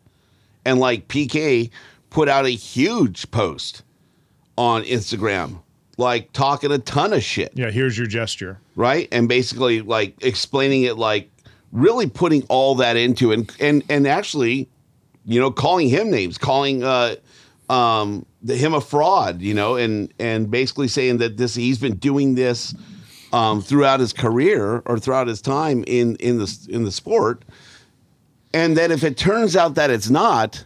[SPEAKER 3] and like PK put out a huge post on Instagram, like talking a ton of shit,
[SPEAKER 2] Yeah, here's your gesture.
[SPEAKER 3] right? And basically like explaining it, like really putting all that into it, and and and actually, you know, calling him names, calling uh um the, him a fraud, you know, and and basically saying that this he's been doing this um throughout his career or throughout his time in in the in the sport. And then if it turns out that it's not,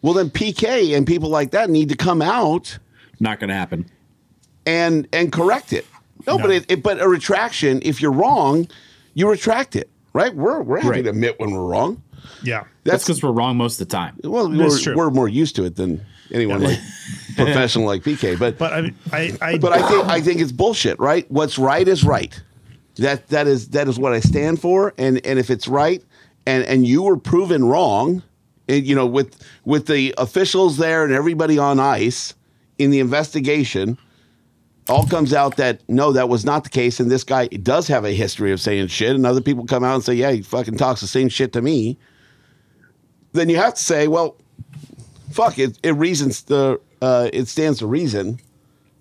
[SPEAKER 3] well then PK and people like that need to come out
[SPEAKER 4] Not going to happen.
[SPEAKER 3] and and correct it. No, but it, it, but a retraction. If you're wrong, you retract it. Right? We're we're happy
[SPEAKER 4] Right.
[SPEAKER 3] to admit when we're wrong.
[SPEAKER 2] Yeah.
[SPEAKER 4] That's
[SPEAKER 3] That's,
[SPEAKER 4] because we're wrong most of the time.
[SPEAKER 3] well,
[SPEAKER 2] That's
[SPEAKER 3] we're,
[SPEAKER 2] true.
[SPEAKER 3] we're more used to it than anyone like professional like PK. But
[SPEAKER 2] But I, I, I,
[SPEAKER 3] but I think I think it's bullshit. Right? What's right is right. That that is that is what I stand for. And and if it's right, and and you were proven wrong, and, you know, with with the officials there and everybody on ice in the investigation, all comes out that no, that was not the case. And this guy does have a history of saying shit, and other people come out and say, yeah, he fucking talks the same shit to me. Then you have to say, well, fuck it. It reasons the uh, it stands to reason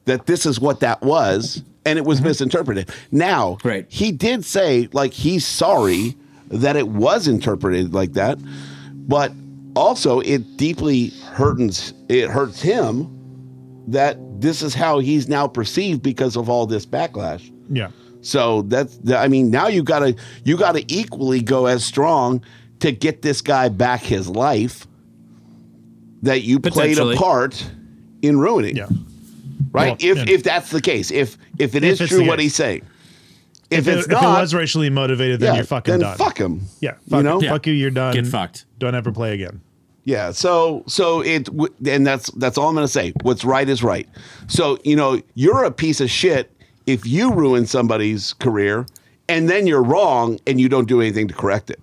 [SPEAKER 3] that this is what that was, and it was misinterpreted. Now,
[SPEAKER 4] Right.
[SPEAKER 3] he did say like he's sorry that it was interpreted like that, but also it deeply hurtens it hurts him that this is how he's now perceived because of all this backlash.
[SPEAKER 2] yeah.
[SPEAKER 3] So that's the- I mean now you gotta you gotta equally go as strong to get this guy back his life that you played a
[SPEAKER 4] Potentially.
[SPEAKER 3] part in ruining.
[SPEAKER 2] Yeah.
[SPEAKER 3] Right?
[SPEAKER 2] Well,
[SPEAKER 3] if
[SPEAKER 2] and-
[SPEAKER 3] if that's the case, if if it
[SPEAKER 2] If
[SPEAKER 3] is
[SPEAKER 2] it's
[SPEAKER 3] true
[SPEAKER 2] the
[SPEAKER 3] what
[SPEAKER 2] case.
[SPEAKER 3] he's saying, if,
[SPEAKER 2] If,
[SPEAKER 3] it's
[SPEAKER 2] it,
[SPEAKER 3] not,
[SPEAKER 2] if it was racially motivated, then
[SPEAKER 3] yeah,
[SPEAKER 2] you're fucking
[SPEAKER 3] then
[SPEAKER 2] done.
[SPEAKER 3] fuck him.
[SPEAKER 2] Yeah. Fuck,
[SPEAKER 3] You know?
[SPEAKER 2] fuck you. You're done.
[SPEAKER 4] Get fucked.
[SPEAKER 2] Don't ever play again.
[SPEAKER 3] Yeah. So so it w- and that's that's all I'm going to say. What's right is right. So you know you're a piece of shit if you ruin somebody's career and then you're wrong and you don't do anything to correct it.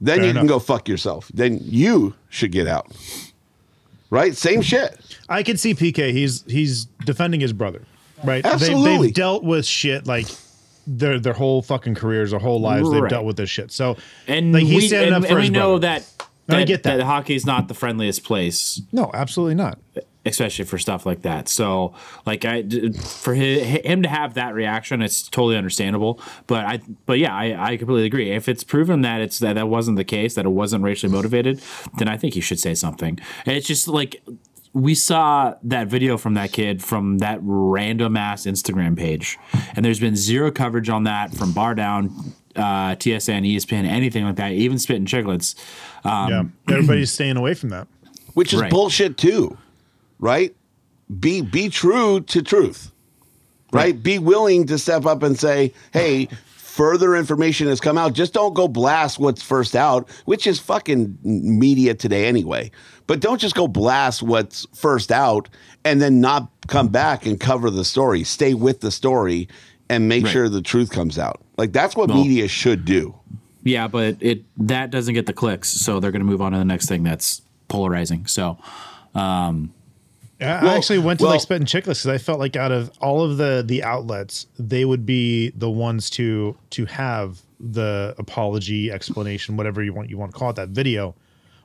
[SPEAKER 3] Then
[SPEAKER 2] Fair
[SPEAKER 3] you can
[SPEAKER 2] enough.
[SPEAKER 3] go fuck yourself. Then you should get out. Right? Same shit.
[SPEAKER 2] I can see PK. He's he's defending his brother, right? They,
[SPEAKER 3] Absolutely.
[SPEAKER 2] they've dealt with shit like their their whole fucking careers, their whole lives. They've
[SPEAKER 4] Right.
[SPEAKER 2] dealt with this shit. So
[SPEAKER 4] And
[SPEAKER 2] like he's
[SPEAKER 4] we,
[SPEAKER 2] standing up
[SPEAKER 4] and,
[SPEAKER 2] for
[SPEAKER 4] and we
[SPEAKER 2] his
[SPEAKER 4] know
[SPEAKER 2] brother.
[SPEAKER 4] that.
[SPEAKER 2] No,
[SPEAKER 4] That,
[SPEAKER 2] I get that.
[SPEAKER 4] that hockey is not the friendliest place
[SPEAKER 2] No, absolutely not.
[SPEAKER 4] especially for stuff like that. So, like I, for his, him to have that reaction, it's totally understandable. But I, but yeah, I, I completely agree. If it's proven that it's that that wasn't the case, that it wasn't racially motivated, then I think he should say something. And it's just like we saw that video from that kid from that random ass Instagram page, and there's been zero coverage on that from Bar Down. Uh, TSN, ESPN, anything like that, even spit and Um, chicklets.
[SPEAKER 2] yeah, everybody's staying away from that.
[SPEAKER 3] which is
[SPEAKER 4] Right.
[SPEAKER 3] bullshit too, right? Be be true to truth, right? Be willing to step up and say, "Hey, further information has come out. Just don't go blast what's first out, which is fucking media today anyway. But don't just go blast what's first out and then not come back and cover the story. Stay with the story and make
[SPEAKER 4] Right.
[SPEAKER 3] sure the truth comes out. Like that's what
[SPEAKER 4] Well-
[SPEAKER 3] media should do.
[SPEAKER 4] Yeah, but it that doesn't get the clicks, so they're going to move on to the next thing that's polarizing. So, um,
[SPEAKER 2] I I
[SPEAKER 3] Well-
[SPEAKER 2] actually went to
[SPEAKER 3] well-
[SPEAKER 2] like Spit and Chicklets because I felt like out of all of the the outlets, they would be the ones to to have the apology, explanation, whatever you want you want to call it, that video,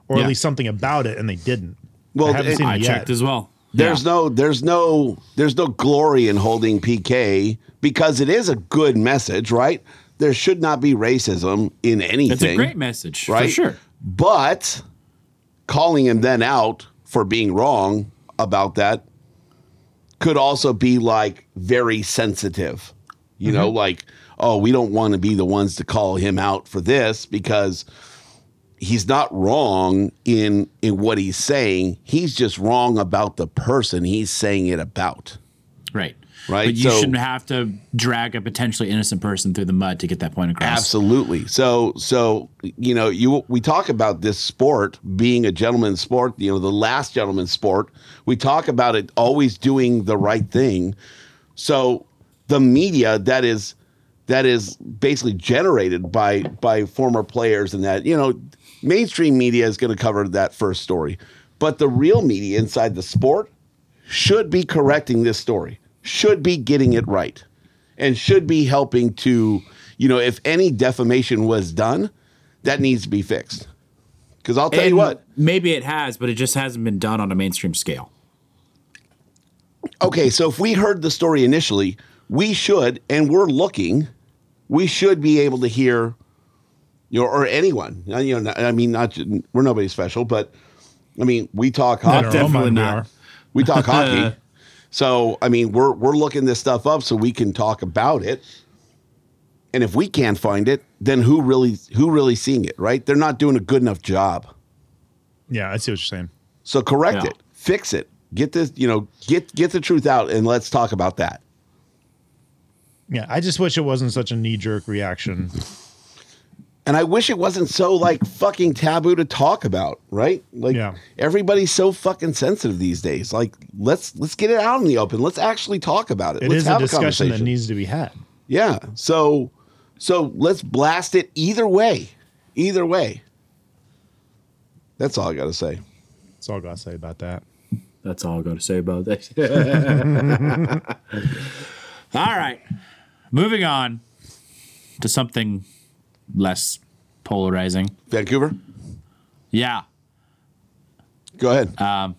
[SPEAKER 2] or
[SPEAKER 4] Yeah.
[SPEAKER 2] at least something about it, and they didn't.
[SPEAKER 3] Well,
[SPEAKER 2] I haven't
[SPEAKER 3] it-
[SPEAKER 2] seen
[SPEAKER 4] I
[SPEAKER 2] it yet.
[SPEAKER 4] checked as well.
[SPEAKER 3] There's
[SPEAKER 4] Yeah.
[SPEAKER 3] no there's no there's no glory in holding PK because it is a good message, right? There should not be racism in anything.
[SPEAKER 4] It's a great message,
[SPEAKER 3] right?
[SPEAKER 4] For sure.
[SPEAKER 3] But calling him then out for being wrong about that could also be like very sensitive. You know,
[SPEAKER 4] Mm-hmm.
[SPEAKER 3] like, oh, we don't want to be the ones to call him out for this because he's not wrong in in what he's saying. He's just wrong about the person he's saying it about.
[SPEAKER 4] Right.
[SPEAKER 3] Right,
[SPEAKER 4] But you
[SPEAKER 3] so-
[SPEAKER 4] shouldn't have to drag a potentially innocent person through the mud to get that point across.
[SPEAKER 3] Absolutely. So so you know you we talk about this sport being a gentleman's sport. You know the last gentleman's sport. We talk about it always doing the right thing. So the media that is that is basically generated by by former players and that you know mainstream media is going to cover that first story, but the real media inside the sport should be correcting this story. should be getting it right and should be helping to, you know, if any defamation was done, that needs to be fixed. Because I'll tell you
[SPEAKER 4] And
[SPEAKER 3] what.
[SPEAKER 4] Maybe it has, but it just hasn't been done on a mainstream scale.
[SPEAKER 3] Okay, so if we heard the story initially, we should, and we're looking, we should be able to hear, you know, or anyone. Uh, You know, I mean, not ju- we're nobody special, but I mean, we talk
[SPEAKER 2] In our
[SPEAKER 3] hockey.
[SPEAKER 2] own Definitely mind we not. are.
[SPEAKER 3] We talk hockey. So I mean, we're we're looking this stuff up so we can talk about it. And if we can't find it, then who really who really seeing it? Right? They're not doing a good enough job.
[SPEAKER 2] Yeah, I see what you're saying.
[SPEAKER 3] So correct
[SPEAKER 4] Yeah.
[SPEAKER 3] it, fix it, get this, you know, get get the truth out, and let's talk about that.
[SPEAKER 2] Yeah, I just wish it wasn't such a knee jerk reaction.
[SPEAKER 3] And I wish it wasn't so like fucking taboo to talk about, right? Like
[SPEAKER 2] Yeah.
[SPEAKER 3] everybody's so fucking sensitive these days. Like let's let's get it out in the open. Let's actually talk about it.
[SPEAKER 2] It
[SPEAKER 3] let's
[SPEAKER 2] is a discussion that needs to be had.
[SPEAKER 3] yeah. So so let's blast it either way. Either way. That's all I gotta say.
[SPEAKER 2] That's all I gotta say about that.
[SPEAKER 4] That's all I got to say about that. [laughs] all right. Moving on to something less polarizing.
[SPEAKER 3] Vancouver,
[SPEAKER 4] Yeah.
[SPEAKER 3] go ahead.
[SPEAKER 2] Uh,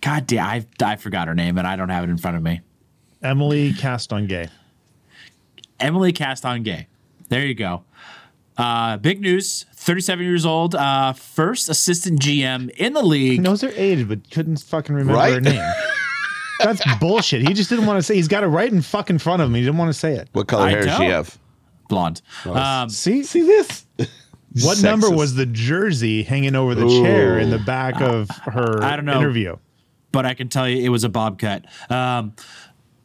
[SPEAKER 4] God damn, I, I forgot her name and I don't have it in front of me.
[SPEAKER 2] Emily cast on gay.
[SPEAKER 4] Emily Caston Gay. There you go. Uh, big news 37 years old, uh, first assistant GM in the
[SPEAKER 2] He
[SPEAKER 4] league.
[SPEAKER 2] knows her age, but couldn't fucking remember her
[SPEAKER 3] Right? [laughs]
[SPEAKER 2] name. That's bullshit. He just didn't want to say. He's got it right in fucking front of him. He didn't want to say it.
[SPEAKER 3] what color
[SPEAKER 4] I
[SPEAKER 3] hair does she
[SPEAKER 4] don't.
[SPEAKER 3] have?
[SPEAKER 4] Blonde. Um,
[SPEAKER 2] See,
[SPEAKER 3] See this?
[SPEAKER 2] what number
[SPEAKER 3] sexist.
[SPEAKER 2] was the jersey hanging over the chair in the back of her
[SPEAKER 4] I don't know.
[SPEAKER 2] interview?
[SPEAKER 4] but I can tell you it was a bobcat. Um,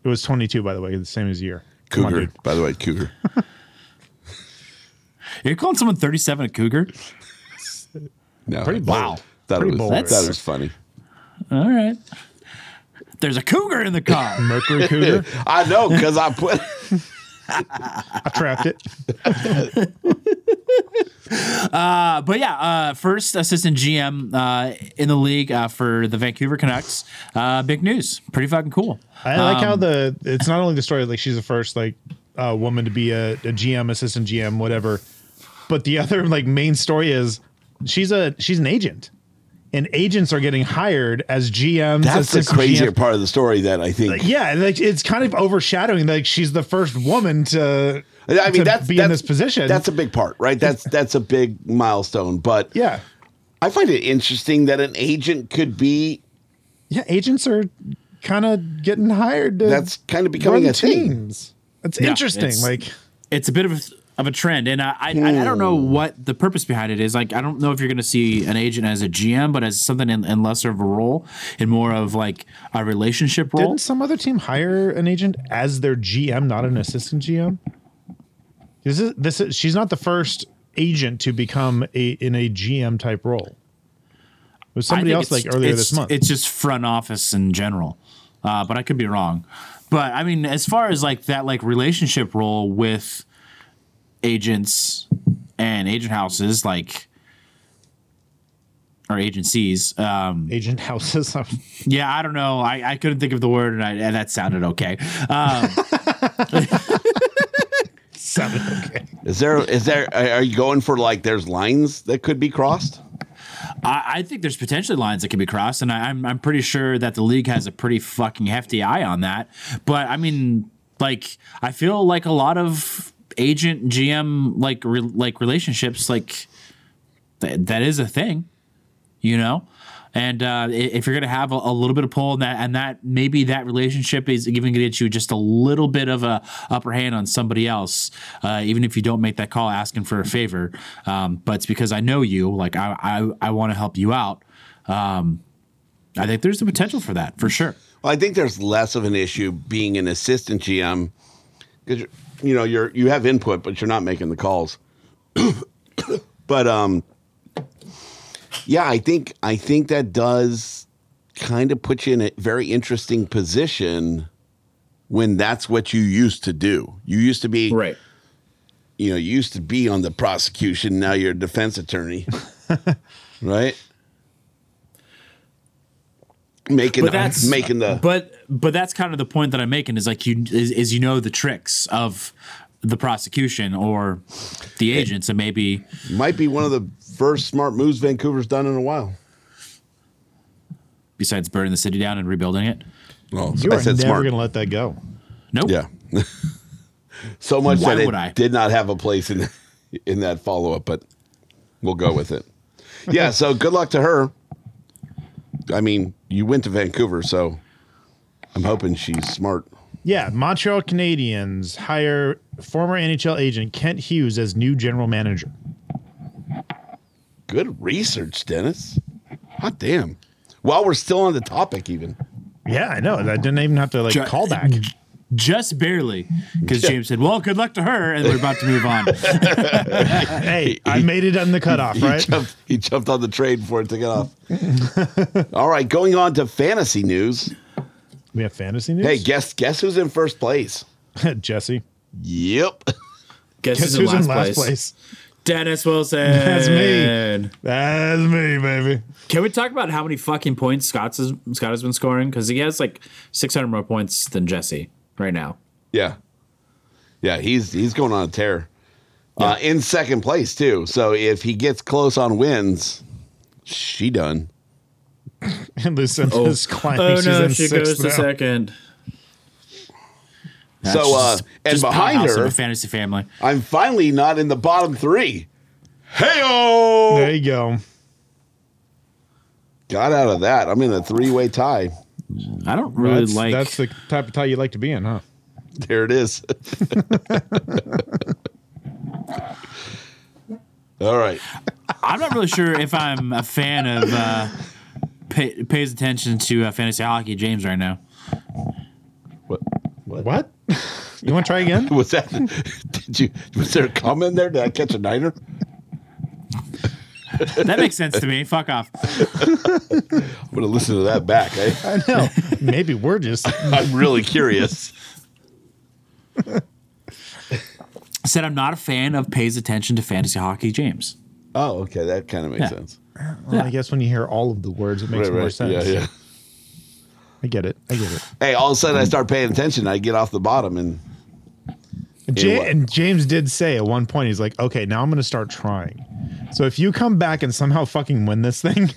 [SPEAKER 2] It was 22, by the way, the same as year. Come on,
[SPEAKER 3] Cougar.
[SPEAKER 2] dude.
[SPEAKER 3] by the way, cougar.
[SPEAKER 4] you're calling someone 37 a cougar?
[SPEAKER 3] No,
[SPEAKER 2] Pretty
[SPEAKER 3] I
[SPEAKER 2] bold.
[SPEAKER 3] thought- Thought
[SPEAKER 2] Pretty
[SPEAKER 3] it was,
[SPEAKER 2] bold.
[SPEAKER 3] thought it was funny.
[SPEAKER 4] All right. There's a cougar in the
[SPEAKER 2] [laughs]
[SPEAKER 4] car.
[SPEAKER 2] Mercury Cougar.
[SPEAKER 3] I know because I
[SPEAKER 2] [laughs]
[SPEAKER 3] put. [laughs]
[SPEAKER 2] I trapped it.
[SPEAKER 4] Uh, but yeah, uh, first assistant GM uh, in the league uh, for the Vancouver Canucks. Uh, big news. Pretty fucking cool. Um,
[SPEAKER 2] I like
[SPEAKER 3] Um,
[SPEAKER 2] how the it's not only the story like she's the first like uh, woman to be a, a GM, assistant GM, whatever, but the [laughs] other like main story is she's a she's an agent, and agents are getting hired as GMs.
[SPEAKER 3] That's the
[SPEAKER 2] assistant
[SPEAKER 3] crazier
[SPEAKER 2] GMs.
[SPEAKER 3] part of the story that I think.
[SPEAKER 2] Yeah, like it's kind of overshadowing. Like she's the first woman to.
[SPEAKER 3] I mean,
[SPEAKER 2] to
[SPEAKER 3] that's
[SPEAKER 2] be in this
[SPEAKER 3] that's-
[SPEAKER 2] position.
[SPEAKER 3] That's a big part, right? That's that's a big milestone. But
[SPEAKER 2] yeah,
[SPEAKER 3] I find it interesting that an agent could be.
[SPEAKER 2] yeah. Agents are kind of getting hired. To
[SPEAKER 3] That's kind of becoming
[SPEAKER 2] run
[SPEAKER 3] a thing.
[SPEAKER 2] teams. That's
[SPEAKER 4] Yeah,
[SPEAKER 2] interesting.
[SPEAKER 4] it's-
[SPEAKER 2] like
[SPEAKER 4] it's a bit of of a trend, and I I, I I don't know
[SPEAKER 2] Hmm.
[SPEAKER 4] what the purpose behind it is. Like, I don't know if you're going to see an agent as a GM, but as something in, in lesser of a role and more of like a relationship role.
[SPEAKER 2] Didn't some other team hire an agent as their GM, not an assistant GM? This is this is she's not the first agent to become a in a GM type role. It was
[SPEAKER 4] I
[SPEAKER 2] somebody
[SPEAKER 4] think
[SPEAKER 2] else
[SPEAKER 4] it's-
[SPEAKER 2] like earlier
[SPEAKER 4] it's-
[SPEAKER 2] this month.
[SPEAKER 4] It's just front office in general, uh, but I could be wrong. But I mean, as far as like that like relationship role with agents and agent houses, like or agencies, um,
[SPEAKER 2] agent houses. [laughs]
[SPEAKER 4] Yeah, I don't know. I, I couldn't think of the word, and, I, and that sounded okay. Um,
[SPEAKER 2] Sounded okay.
[SPEAKER 3] Is there is there are are you going for like there's lines that could be crossed?
[SPEAKER 4] I, I think there's potentially lines that can be crossed, and I, I'm I'm pretty sure that the league has a pretty fucking hefty eye on that. But I mean, like, I feel like a lot of agent GM like re, like relationships like th- that is a thing, you know. And uh, i- if you're gonna have a, a little bit of pull in that, and that maybe that relationship is even gonna get you just a little bit of a upper hand on somebody else, uh, even if you don't make that call asking for a favor. Um, but it's because I know you, like I I, I want to help you out. Um, I think there's the potential for that for sure.
[SPEAKER 3] Well, I think there's less of an issue being an assistant GM because you know you're you have input, but you're not making the calls. [coughs] but um, yeah, I think I think that does kind of put you in a very interesting position when that's what you used to do. You used to be You know, you used to be on the prosecution. Now you're a defense attorney, right? making
[SPEAKER 4] But that's-
[SPEAKER 3] making the
[SPEAKER 4] but but that's kind of the point that I'm making is like you is, is you know the tricks of the prosecution or the agents and maybe
[SPEAKER 3] might be one of the first smart moves Vancouver's done in a while.
[SPEAKER 4] besides burning the city down and rebuilding it.
[SPEAKER 3] Well,
[SPEAKER 2] You are never going to let that go.
[SPEAKER 4] Nope.
[SPEAKER 3] Yeah. [laughs] so much
[SPEAKER 4] Why
[SPEAKER 3] that it
[SPEAKER 4] would I?
[SPEAKER 3] did not have a place in in that follow up, but we'll go with it. Yeah. So good luck to her. I mean, you went to Vancouver, so I'm hoping she's smart.
[SPEAKER 2] Yeah, Montreal Canadiens hire former NHL agent Kent Hughes as new general manager.
[SPEAKER 3] Good research, Dennis. Hot damn. While we're still on the topic, even
[SPEAKER 2] Yeah, I know. I didn't even have to like
[SPEAKER 4] Ju-
[SPEAKER 2] call
[SPEAKER 3] [laughs]
[SPEAKER 2] back.
[SPEAKER 4] Just barely, because James said, "Well, good luck to her," and we're about to move [laughs] on.
[SPEAKER 2] Hey, I made it on the cutoff,
[SPEAKER 3] [laughs] he,
[SPEAKER 2] right?
[SPEAKER 3] jumped, he jumped on the train before it took it off. [laughs] All right, going on to fantasy news.
[SPEAKER 2] We have fantasy
[SPEAKER 3] Hey,
[SPEAKER 2] news.
[SPEAKER 3] guess guess who's in first place?
[SPEAKER 2] Hey, [laughs] Jesse.
[SPEAKER 3] Yep.
[SPEAKER 4] Guess,
[SPEAKER 2] Guess
[SPEAKER 4] who's
[SPEAKER 2] who's in last place?
[SPEAKER 4] Dennis Wilson.
[SPEAKER 2] That's me. That's me, baby. [laughs]
[SPEAKER 4] Can we talk about how many fucking points Scott's is, Scott has been scoring? Because he has like 600 more points than Jesse
[SPEAKER 2] [laughs]
[SPEAKER 4] right now.
[SPEAKER 3] Yeah. Yeah, he's he's going on a tear. Uh, in second place too. So if he gets close on wins, she done.
[SPEAKER 2] And [laughs]
[SPEAKER 3] Oh.
[SPEAKER 2] Lucinda's climbing.
[SPEAKER 4] Oh,
[SPEAKER 2] She's in sixth now.
[SPEAKER 4] second.
[SPEAKER 3] so uh and behind her,
[SPEAKER 4] fantasy family.
[SPEAKER 3] I'm finally not in the bottom three.
[SPEAKER 2] There
[SPEAKER 3] Hey
[SPEAKER 2] you go.
[SPEAKER 3] Got out of that. I'm in a three way tie.
[SPEAKER 4] I don't really
[SPEAKER 2] that's,
[SPEAKER 4] like.
[SPEAKER 2] that's the type of tie you like to be in, huh?
[SPEAKER 3] There
[SPEAKER 2] [laughs]
[SPEAKER 3] it is. All right.
[SPEAKER 4] I'm not really sure if I'm a fan of uh, pay, pays attention to uh, fantasy hockey James right now.
[SPEAKER 3] What
[SPEAKER 2] What? [laughs] you want to try again?
[SPEAKER 3] was that? Did you was there a comment there? Did I catch a niner?
[SPEAKER 4] That makes sense to me. Fuck off.
[SPEAKER 3] I'm gonna listen to that back. I,
[SPEAKER 2] [laughs] I know. [laughs] Maybe we're just.
[SPEAKER 3] I'm really curious.
[SPEAKER 4] Said I'm not a fan of pays attention to fantasy hockey James.
[SPEAKER 3] Oh, okay. That kind of makes
[SPEAKER 4] Yeah.
[SPEAKER 3] sense.
[SPEAKER 2] Well, I guess when you hear all of the words, it makes
[SPEAKER 3] Right,
[SPEAKER 2] more
[SPEAKER 3] right.
[SPEAKER 2] sense.
[SPEAKER 3] Yeah, yeah.
[SPEAKER 2] I get it. I get [laughs] it.
[SPEAKER 3] Hey, all of a sudden I start paying attention. I get off the bottom and
[SPEAKER 2] Ja-
[SPEAKER 3] what?
[SPEAKER 2] and James did say at one point, he's like, okay, now I'm going to start trying. So if you come back and somehow fucking win this thing,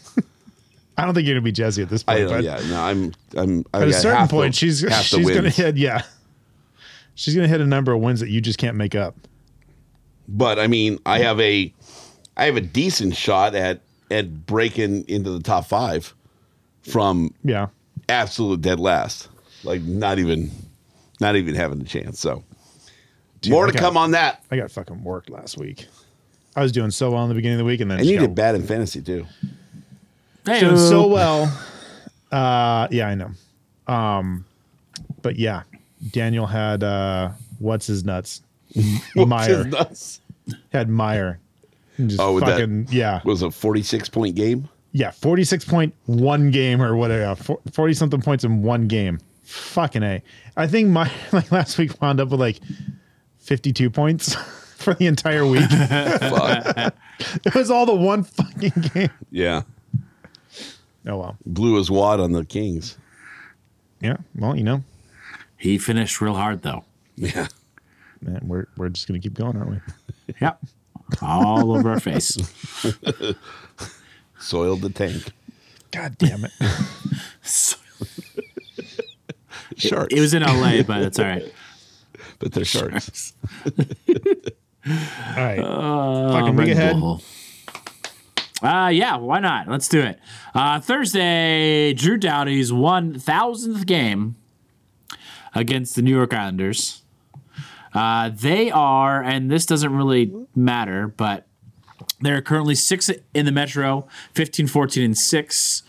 [SPEAKER 2] [laughs] I don't think you're going to be Jesse at this
[SPEAKER 3] I
[SPEAKER 2] point.
[SPEAKER 3] don't-
[SPEAKER 2] but
[SPEAKER 3] yeah, no, I'm I'm I
[SPEAKER 2] at a
[SPEAKER 3] got
[SPEAKER 2] certain
[SPEAKER 3] half the-
[SPEAKER 2] point, she's
[SPEAKER 3] half the
[SPEAKER 2] she's going to
[SPEAKER 3] wins.
[SPEAKER 2] hit, yeah. She's going to hit a number of wins that you just can't make up.
[SPEAKER 3] But I mean, I have a I have a decent shot at at breaking into the top five from
[SPEAKER 2] Yeah.
[SPEAKER 3] absolute dead last. Like not even not even having a chance. So more to
[SPEAKER 2] okay.
[SPEAKER 3] come on that.
[SPEAKER 2] I got fucking worked last week. I was doing so well in the beginning of the week, and then
[SPEAKER 3] And
[SPEAKER 2] just
[SPEAKER 3] you
[SPEAKER 2] got
[SPEAKER 3] did bad in fantasy [laughs] too.
[SPEAKER 4] Hey,
[SPEAKER 2] doing so well. Uh, yeah, I know. Um, but yeah, Daniel had uh, what's his
[SPEAKER 3] [laughs]
[SPEAKER 2] nuts? Meyer
[SPEAKER 3] Nuts.
[SPEAKER 2] had Meyer. And Just
[SPEAKER 3] Oh, with that-
[SPEAKER 2] fucking yeah,
[SPEAKER 3] was a forty six point game.
[SPEAKER 2] yeah. Forty six point one game or whatever. Forty something points in one game. Fucking a. I think Meyer [laughs] like last week wound up with like fifty two points [laughs] for the entire [laughs] week.
[SPEAKER 3] [laughs] Fuck.
[SPEAKER 2] it was all the one fucking game.
[SPEAKER 3] yeah.
[SPEAKER 2] Oh well.
[SPEAKER 3] Blew his wad on the Kings.
[SPEAKER 2] Yeah. Well, you know,
[SPEAKER 4] he finished real hard though.
[SPEAKER 3] Yeah.
[SPEAKER 2] man, we're we're just gonna keep going, aren't we?
[SPEAKER 4] Yep. All over our face.
[SPEAKER 3] Soiled the tank.
[SPEAKER 2] God damn [laughs] it.
[SPEAKER 3] Sharks.
[SPEAKER 4] It was in LA, but it's all right.
[SPEAKER 3] but they're sharks.
[SPEAKER 2] All right. Fucking
[SPEAKER 4] Um,
[SPEAKER 2] rig ahead.
[SPEAKER 4] Uh, yeah, why not? Let's do it. Uh, Thursday, Drew Doughty's 1,000th game against the New York Islanders. Uh, they are, and this doesn't really matter, but they're currently six in the Metro, 15, 14, and six.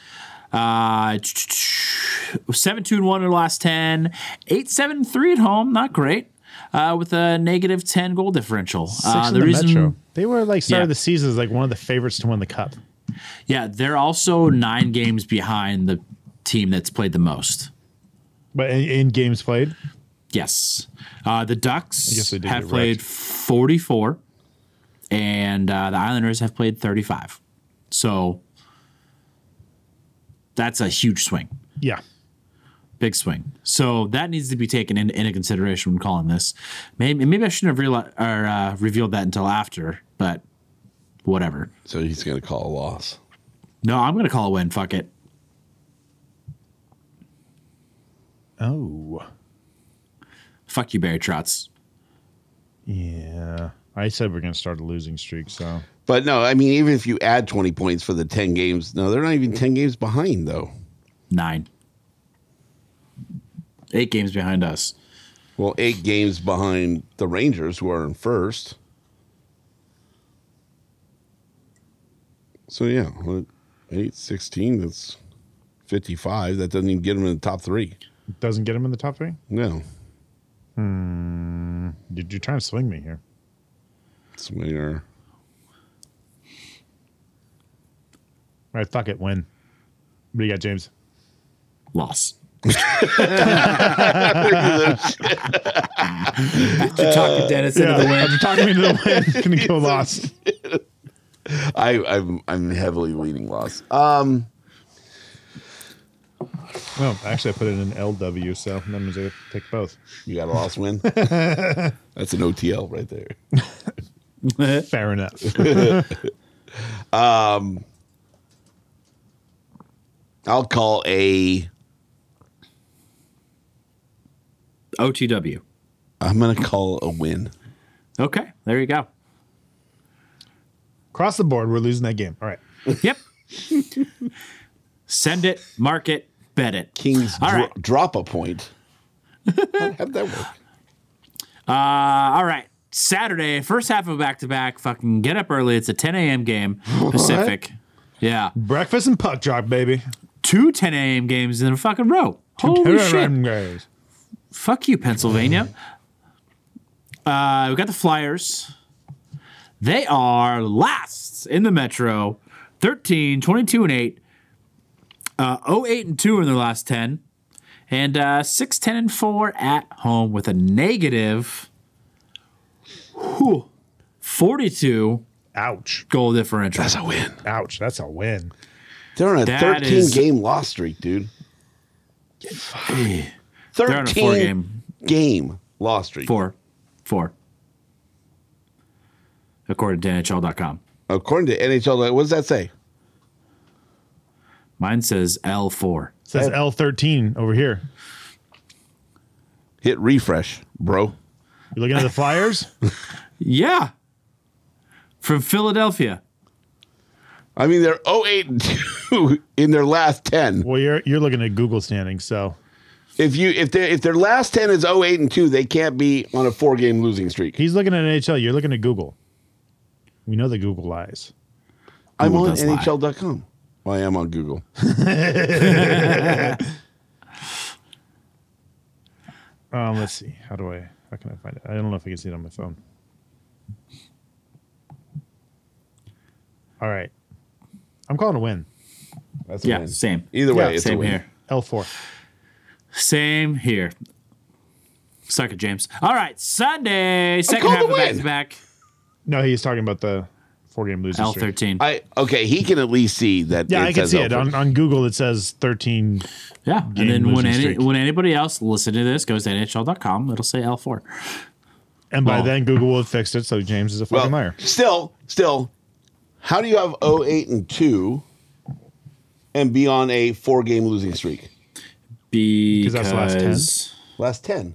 [SPEAKER 4] Uh, 7 2 and 1 in the last 10, 8 7 3 at home, not great, uh, with a negative 10 goal differential. uh,
[SPEAKER 2] Six in the Metro. They were like start
[SPEAKER 4] Yeah.
[SPEAKER 2] of the season as like one of the favorites to win the cup.
[SPEAKER 4] Yeah, they're also nine games behind the team that's played the most.
[SPEAKER 2] But in, in games played,
[SPEAKER 4] Yes. Uh, the Ducks
[SPEAKER 2] guess I did
[SPEAKER 4] have
[SPEAKER 2] get
[SPEAKER 4] played 44, and uh, the Islanders have played 35. So that's a huge swing.
[SPEAKER 2] Yeah.
[SPEAKER 4] big swing. So that needs to be taken in, into consideration when calling this. Maybe maybe I shouldn't have reali- or, uh, revealed that until after, but whatever.
[SPEAKER 3] So he's going to call a loss.
[SPEAKER 4] No, I'm gonna call a win. Fuck it.
[SPEAKER 2] Oh.
[SPEAKER 4] Fuck you, Barry Trotz.
[SPEAKER 2] Yeah. I said we're going to start a losing streak, so.
[SPEAKER 3] But no, I mean, even if you add 20 points for the 10 games, no, they're not even 10 games behind, though.
[SPEAKER 4] Nine. Eight games behind us.
[SPEAKER 3] Well, eight games behind the Rangers, who are in first. So, yeah, what, 8, 16, that's 55. That doesn't even get them in the top three.
[SPEAKER 2] Doesn't get him in the top three?
[SPEAKER 3] No.
[SPEAKER 2] Hmm. You- You're trying to swing me here.
[SPEAKER 3] It's where.
[SPEAKER 2] All right, fuck it, win. What do you got, James?
[SPEAKER 4] Loss. [laughs] After talking Dennis into the
[SPEAKER 2] After
[SPEAKER 4] win.
[SPEAKER 2] talking me into
[SPEAKER 4] [laughs]
[SPEAKER 2] the win, going to go loss.
[SPEAKER 3] I, I'm, I'm heavily leaning loss. Um,
[SPEAKER 2] Well, actually, I put it in LW, so that means I take both.
[SPEAKER 3] you got a loss [laughs] win? That's an OTL right there.
[SPEAKER 4] [laughs]
[SPEAKER 2] Fair enough. [laughs]
[SPEAKER 3] I'll call a.
[SPEAKER 4] OTW.
[SPEAKER 3] I'm gonna call a win.
[SPEAKER 4] Okay, there you go.
[SPEAKER 2] Across the board, we're losing that game. All right.
[SPEAKER 4] Yep. Send it, mark it, bet it.
[SPEAKER 3] Kings
[SPEAKER 4] All
[SPEAKER 3] dro-
[SPEAKER 4] right.
[SPEAKER 3] drop a point. How'd that work?
[SPEAKER 4] Uh, all right. Saturday, first half of back to back. Fucking get up early. It's a 10 a.m. game Pacific. Yeah.
[SPEAKER 2] Breakfast and puck drop, baby.
[SPEAKER 4] Two 10 a.m. games in a fucking row. Holy shit.
[SPEAKER 2] Guys.
[SPEAKER 4] Fuck you, Pennsylvania. Uh, we got the Flyers. They are last in the Metro 13, 22, and 8. Uh, 08 and 2 in their last 10. And uh, 6, 10, and 4 at home with a negative whew, 42
[SPEAKER 2] Ouch.
[SPEAKER 4] goal differential.
[SPEAKER 3] a win.
[SPEAKER 2] Ouch. That's a win.
[SPEAKER 3] They're on a
[SPEAKER 4] That
[SPEAKER 3] 13
[SPEAKER 4] is-
[SPEAKER 3] game loss streak, dude.
[SPEAKER 4] They're on a
[SPEAKER 3] 13
[SPEAKER 4] four
[SPEAKER 3] game.
[SPEAKER 4] game.
[SPEAKER 3] loss streak.
[SPEAKER 4] Four. Four. According to NHL.com.
[SPEAKER 3] According to NHL, what does that say?
[SPEAKER 4] Mine says L4.
[SPEAKER 2] says L13 over here.
[SPEAKER 3] Hit refresh, bro.
[SPEAKER 2] You looking at the Flyers?
[SPEAKER 4] [laughs] Yeah. From Philadelphia.
[SPEAKER 3] I mean, they're 08 and 2 in their last 10.
[SPEAKER 2] well, you're you're looking at Google standings, so
[SPEAKER 3] If you if they if their last 10 is 08 and 2, they can't be on a four game losing streak.
[SPEAKER 2] he's looking at NHL. You're looking at Google. We know the Google lies.
[SPEAKER 3] I'm
[SPEAKER 4] Google
[SPEAKER 3] on
[SPEAKER 4] does lie.
[SPEAKER 3] NHL.com. Well, I am on Google.
[SPEAKER 2] Um, let's see. How do I? How can I find it? I don't know if I can see it on my phone. All right, I'm calling a win.
[SPEAKER 3] That's a
[SPEAKER 4] Yeah,
[SPEAKER 3] win.
[SPEAKER 4] same.
[SPEAKER 3] Either way, it's a
[SPEAKER 4] same
[SPEAKER 3] win.
[SPEAKER 4] here.
[SPEAKER 2] L4.
[SPEAKER 4] Same here. Suck it, James. All right, Sunday, second
[SPEAKER 3] called
[SPEAKER 4] half
[SPEAKER 3] the
[SPEAKER 4] of back
[SPEAKER 3] win.
[SPEAKER 4] to back.
[SPEAKER 2] No, he's talking about the four game losing
[SPEAKER 4] L
[SPEAKER 2] streak.
[SPEAKER 4] thirteen.
[SPEAKER 3] I okay. He can at least see that.
[SPEAKER 2] Yeah, I can
[SPEAKER 3] says oh
[SPEAKER 2] see it
[SPEAKER 3] over.
[SPEAKER 2] on, on Google. It says 13.
[SPEAKER 4] Yeah,
[SPEAKER 2] Game
[SPEAKER 4] and then when
[SPEAKER 2] losing
[SPEAKER 4] any,
[SPEAKER 2] streak.
[SPEAKER 4] when anybody else listen to this goes to NHL.com, it'll say L four.
[SPEAKER 2] And by
[SPEAKER 4] Well-
[SPEAKER 2] then, Google will have fixed it. So James is a fucking liar.
[SPEAKER 3] Still, still, how do you have 08 and 2 and be on a four game losing streak?
[SPEAKER 4] Because
[SPEAKER 2] that's the last 10.
[SPEAKER 3] Last 10.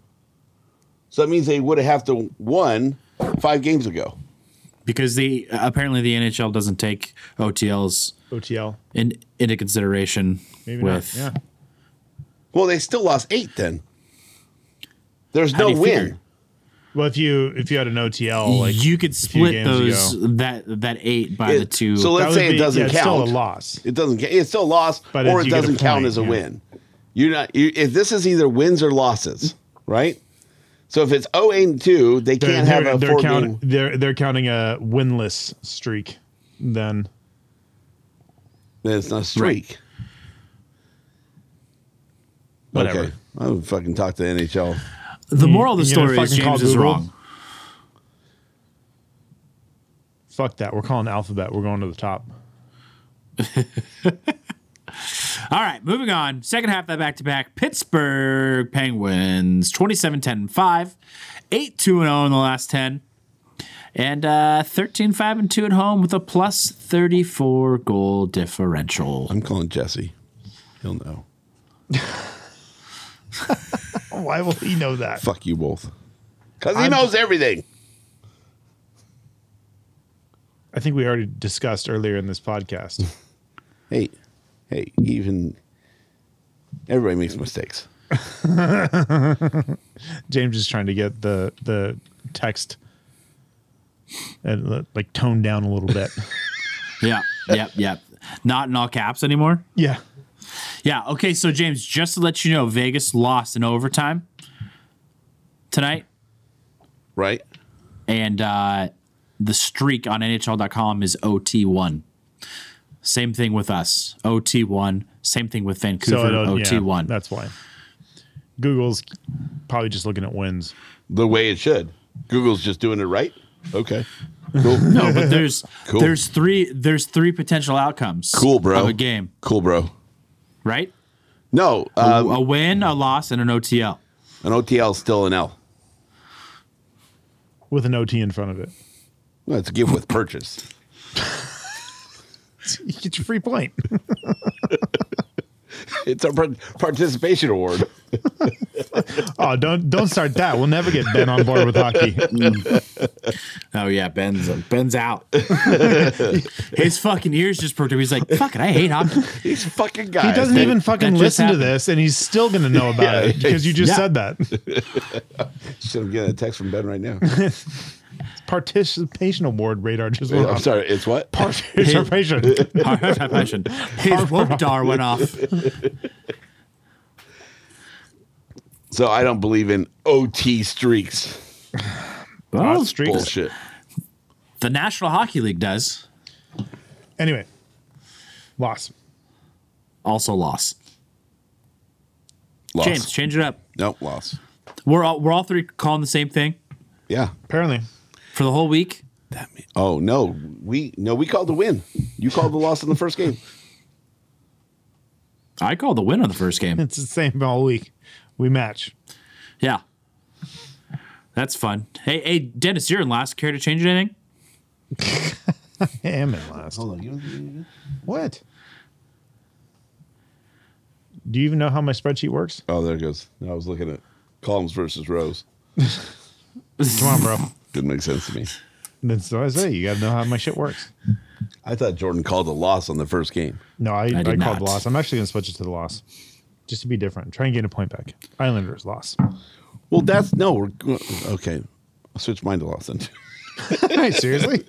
[SPEAKER 3] So that means they would have to won five games ago.
[SPEAKER 4] because the apparently the NHL doesn't take OTLs
[SPEAKER 2] OTL.
[SPEAKER 4] in, into consideration
[SPEAKER 2] Maybe
[SPEAKER 4] with
[SPEAKER 2] not. Yeah.
[SPEAKER 3] Well, they still lost eight then. There's
[SPEAKER 4] How
[SPEAKER 3] no
[SPEAKER 4] do you
[SPEAKER 3] win.
[SPEAKER 4] figure?
[SPEAKER 2] Well, if you if you had an OTL, like
[SPEAKER 4] you could
[SPEAKER 2] a few
[SPEAKER 4] split
[SPEAKER 2] games
[SPEAKER 4] those
[SPEAKER 2] ago.
[SPEAKER 4] that that eight by
[SPEAKER 3] It-
[SPEAKER 4] the two.
[SPEAKER 3] so
[SPEAKER 2] That
[SPEAKER 3] let's
[SPEAKER 2] would
[SPEAKER 3] say
[SPEAKER 2] be-
[SPEAKER 3] it doesn't
[SPEAKER 2] yeah, it's
[SPEAKER 3] count.
[SPEAKER 2] still a loss.
[SPEAKER 3] It doesn't. ca- It's still lost,
[SPEAKER 2] But
[SPEAKER 3] or
[SPEAKER 2] if
[SPEAKER 3] it
[SPEAKER 2] you get a
[SPEAKER 3] doesn't count
[SPEAKER 2] point,
[SPEAKER 3] as a
[SPEAKER 2] yeah.
[SPEAKER 3] win. You're not. You, if this is either wins or losses, right? So if it's 08 and two, they
[SPEAKER 2] They're,
[SPEAKER 3] can't
[SPEAKER 2] they're,
[SPEAKER 3] have a
[SPEAKER 2] they're,
[SPEAKER 3] four
[SPEAKER 2] count,
[SPEAKER 3] game.
[SPEAKER 2] they're they're counting a winless streak. Then
[SPEAKER 3] Then it's not a streak.
[SPEAKER 4] Whatever.
[SPEAKER 3] Okay. I would fucking talk to the NHL.
[SPEAKER 4] the moral of Oh, the
[SPEAKER 2] You gonna
[SPEAKER 4] story is
[SPEAKER 2] fucking call
[SPEAKER 4] James is
[SPEAKER 2] Google?
[SPEAKER 4] wrong.
[SPEAKER 2] fuck that. We're calling Alphabet. We're going to the top.
[SPEAKER 4] All right, moving on. Second half of that back to back. Pittsburgh Penguins 27 10 5, 8 2 0 in the last 10, and uh, 13 5 and 2 at home with a plus 34 goal differential.
[SPEAKER 3] I'm calling Jesse. He'll know.
[SPEAKER 2] Oh, Why will he know that?
[SPEAKER 3] Fuck you both. Because he knows everything.
[SPEAKER 2] [laughs] I think we already discussed earlier in this [laughs] podcast.
[SPEAKER 3] Hey, hey, even everybody makes mistakes.
[SPEAKER 2] James is trying to get the the text and uh, like toned down a little bit.
[SPEAKER 4] Yeah, yep, yep. Not in all caps anymore.
[SPEAKER 2] [laughs] yeah.
[SPEAKER 4] Yeah. Okay. So James, just to let you know, Vegas lost in overtime tonight,
[SPEAKER 3] Right?
[SPEAKER 4] and uh, the streak on NHL.com is OT one. Same thing with us, OT one. Same thing with Vancouver,
[SPEAKER 2] I don't-
[SPEAKER 4] OT
[SPEAKER 2] yeah,
[SPEAKER 4] one.
[SPEAKER 2] That's why. Google's probably just looking at wins.
[SPEAKER 3] The way it should. Google's just doing it right. Okay. [laughs] Cool. no,
[SPEAKER 4] but [laughs] there's
[SPEAKER 3] Cool.
[SPEAKER 4] there's three there's three potential outcomes.
[SPEAKER 3] cool, bro.
[SPEAKER 4] Of a game,
[SPEAKER 3] Cool, bro.
[SPEAKER 4] right?
[SPEAKER 3] No,
[SPEAKER 4] A-
[SPEAKER 3] uh,
[SPEAKER 4] a win, a loss, and an OTL.
[SPEAKER 3] an OTL still an L.
[SPEAKER 2] With an OT in front [laughs] of it.
[SPEAKER 3] No, it's a give with purchase.
[SPEAKER 2] You get your free [laughs] point.
[SPEAKER 3] It's a par- participation [laughs] award.
[SPEAKER 2] oh, don't don't start that. We'll never get Ben on board with [laughs] hockey.
[SPEAKER 4] Oh yeah, Ben's Ben's out. [laughs] His fucking ears just perked up. He's like, "Fuck it, I hate hockey." [laughs]
[SPEAKER 3] These fucking guys.
[SPEAKER 2] He doesn't
[SPEAKER 3] they-
[SPEAKER 2] even fucking
[SPEAKER 4] just
[SPEAKER 2] listen to
[SPEAKER 4] happened.
[SPEAKER 2] this, and he's still going to know about
[SPEAKER 3] Yeah,
[SPEAKER 2] it because you just
[SPEAKER 4] yeah.
[SPEAKER 2] said that.
[SPEAKER 3] Shit, I'm getting a text from Ben
[SPEAKER 2] [laughs]
[SPEAKER 3] right now.
[SPEAKER 2] Participation award radar just went
[SPEAKER 3] I'm
[SPEAKER 2] off. [laughs]
[SPEAKER 3] sorry. It's what?
[SPEAKER 2] Participation.
[SPEAKER 4] Passion. His woke
[SPEAKER 2] [laughs]
[SPEAKER 4] dar went off.
[SPEAKER 3] [laughs] So I don't believe in OT streaks.
[SPEAKER 4] Well,
[SPEAKER 2] streaks.
[SPEAKER 3] Bullshit.
[SPEAKER 4] the National Hockey League does.
[SPEAKER 2] Anyway, loss.
[SPEAKER 4] Also loss.
[SPEAKER 3] Loss.
[SPEAKER 4] James, change it up.
[SPEAKER 3] Nope, loss.
[SPEAKER 4] We're all we're all three calling the same thing
[SPEAKER 3] Yeah.
[SPEAKER 2] Apparently,
[SPEAKER 4] for the whole week.
[SPEAKER 3] Oh no, we no, we called the win. You called the loss in the first game.
[SPEAKER 4] I called the win on the first game.
[SPEAKER 2] it's the same all week. We match.
[SPEAKER 4] [laughs] yeah. That's fun. Hey, hey, Dennis, you're in last. Care to change [laughs] anything?
[SPEAKER 2] I am in last.
[SPEAKER 3] Hold on.
[SPEAKER 2] What? Do you even know how my spreadsheet works?
[SPEAKER 3] Oh, there it goes. I was looking at columns versus rows.
[SPEAKER 2] Come on, bro.
[SPEAKER 3] Didn't make sense to me.
[SPEAKER 2] Then so I say, you got to know how my shit works.
[SPEAKER 3] I thought Jordan called the loss on the first game.
[SPEAKER 2] No, I, I,
[SPEAKER 4] did
[SPEAKER 2] called
[SPEAKER 4] not.
[SPEAKER 2] the loss. I'm actually going to switch it to the loss just to be different. Try and gain a point back. Islanders loss.
[SPEAKER 3] Well, that's no. We're okay. I'll switch mine to loss then.
[SPEAKER 2] Hey, seriously?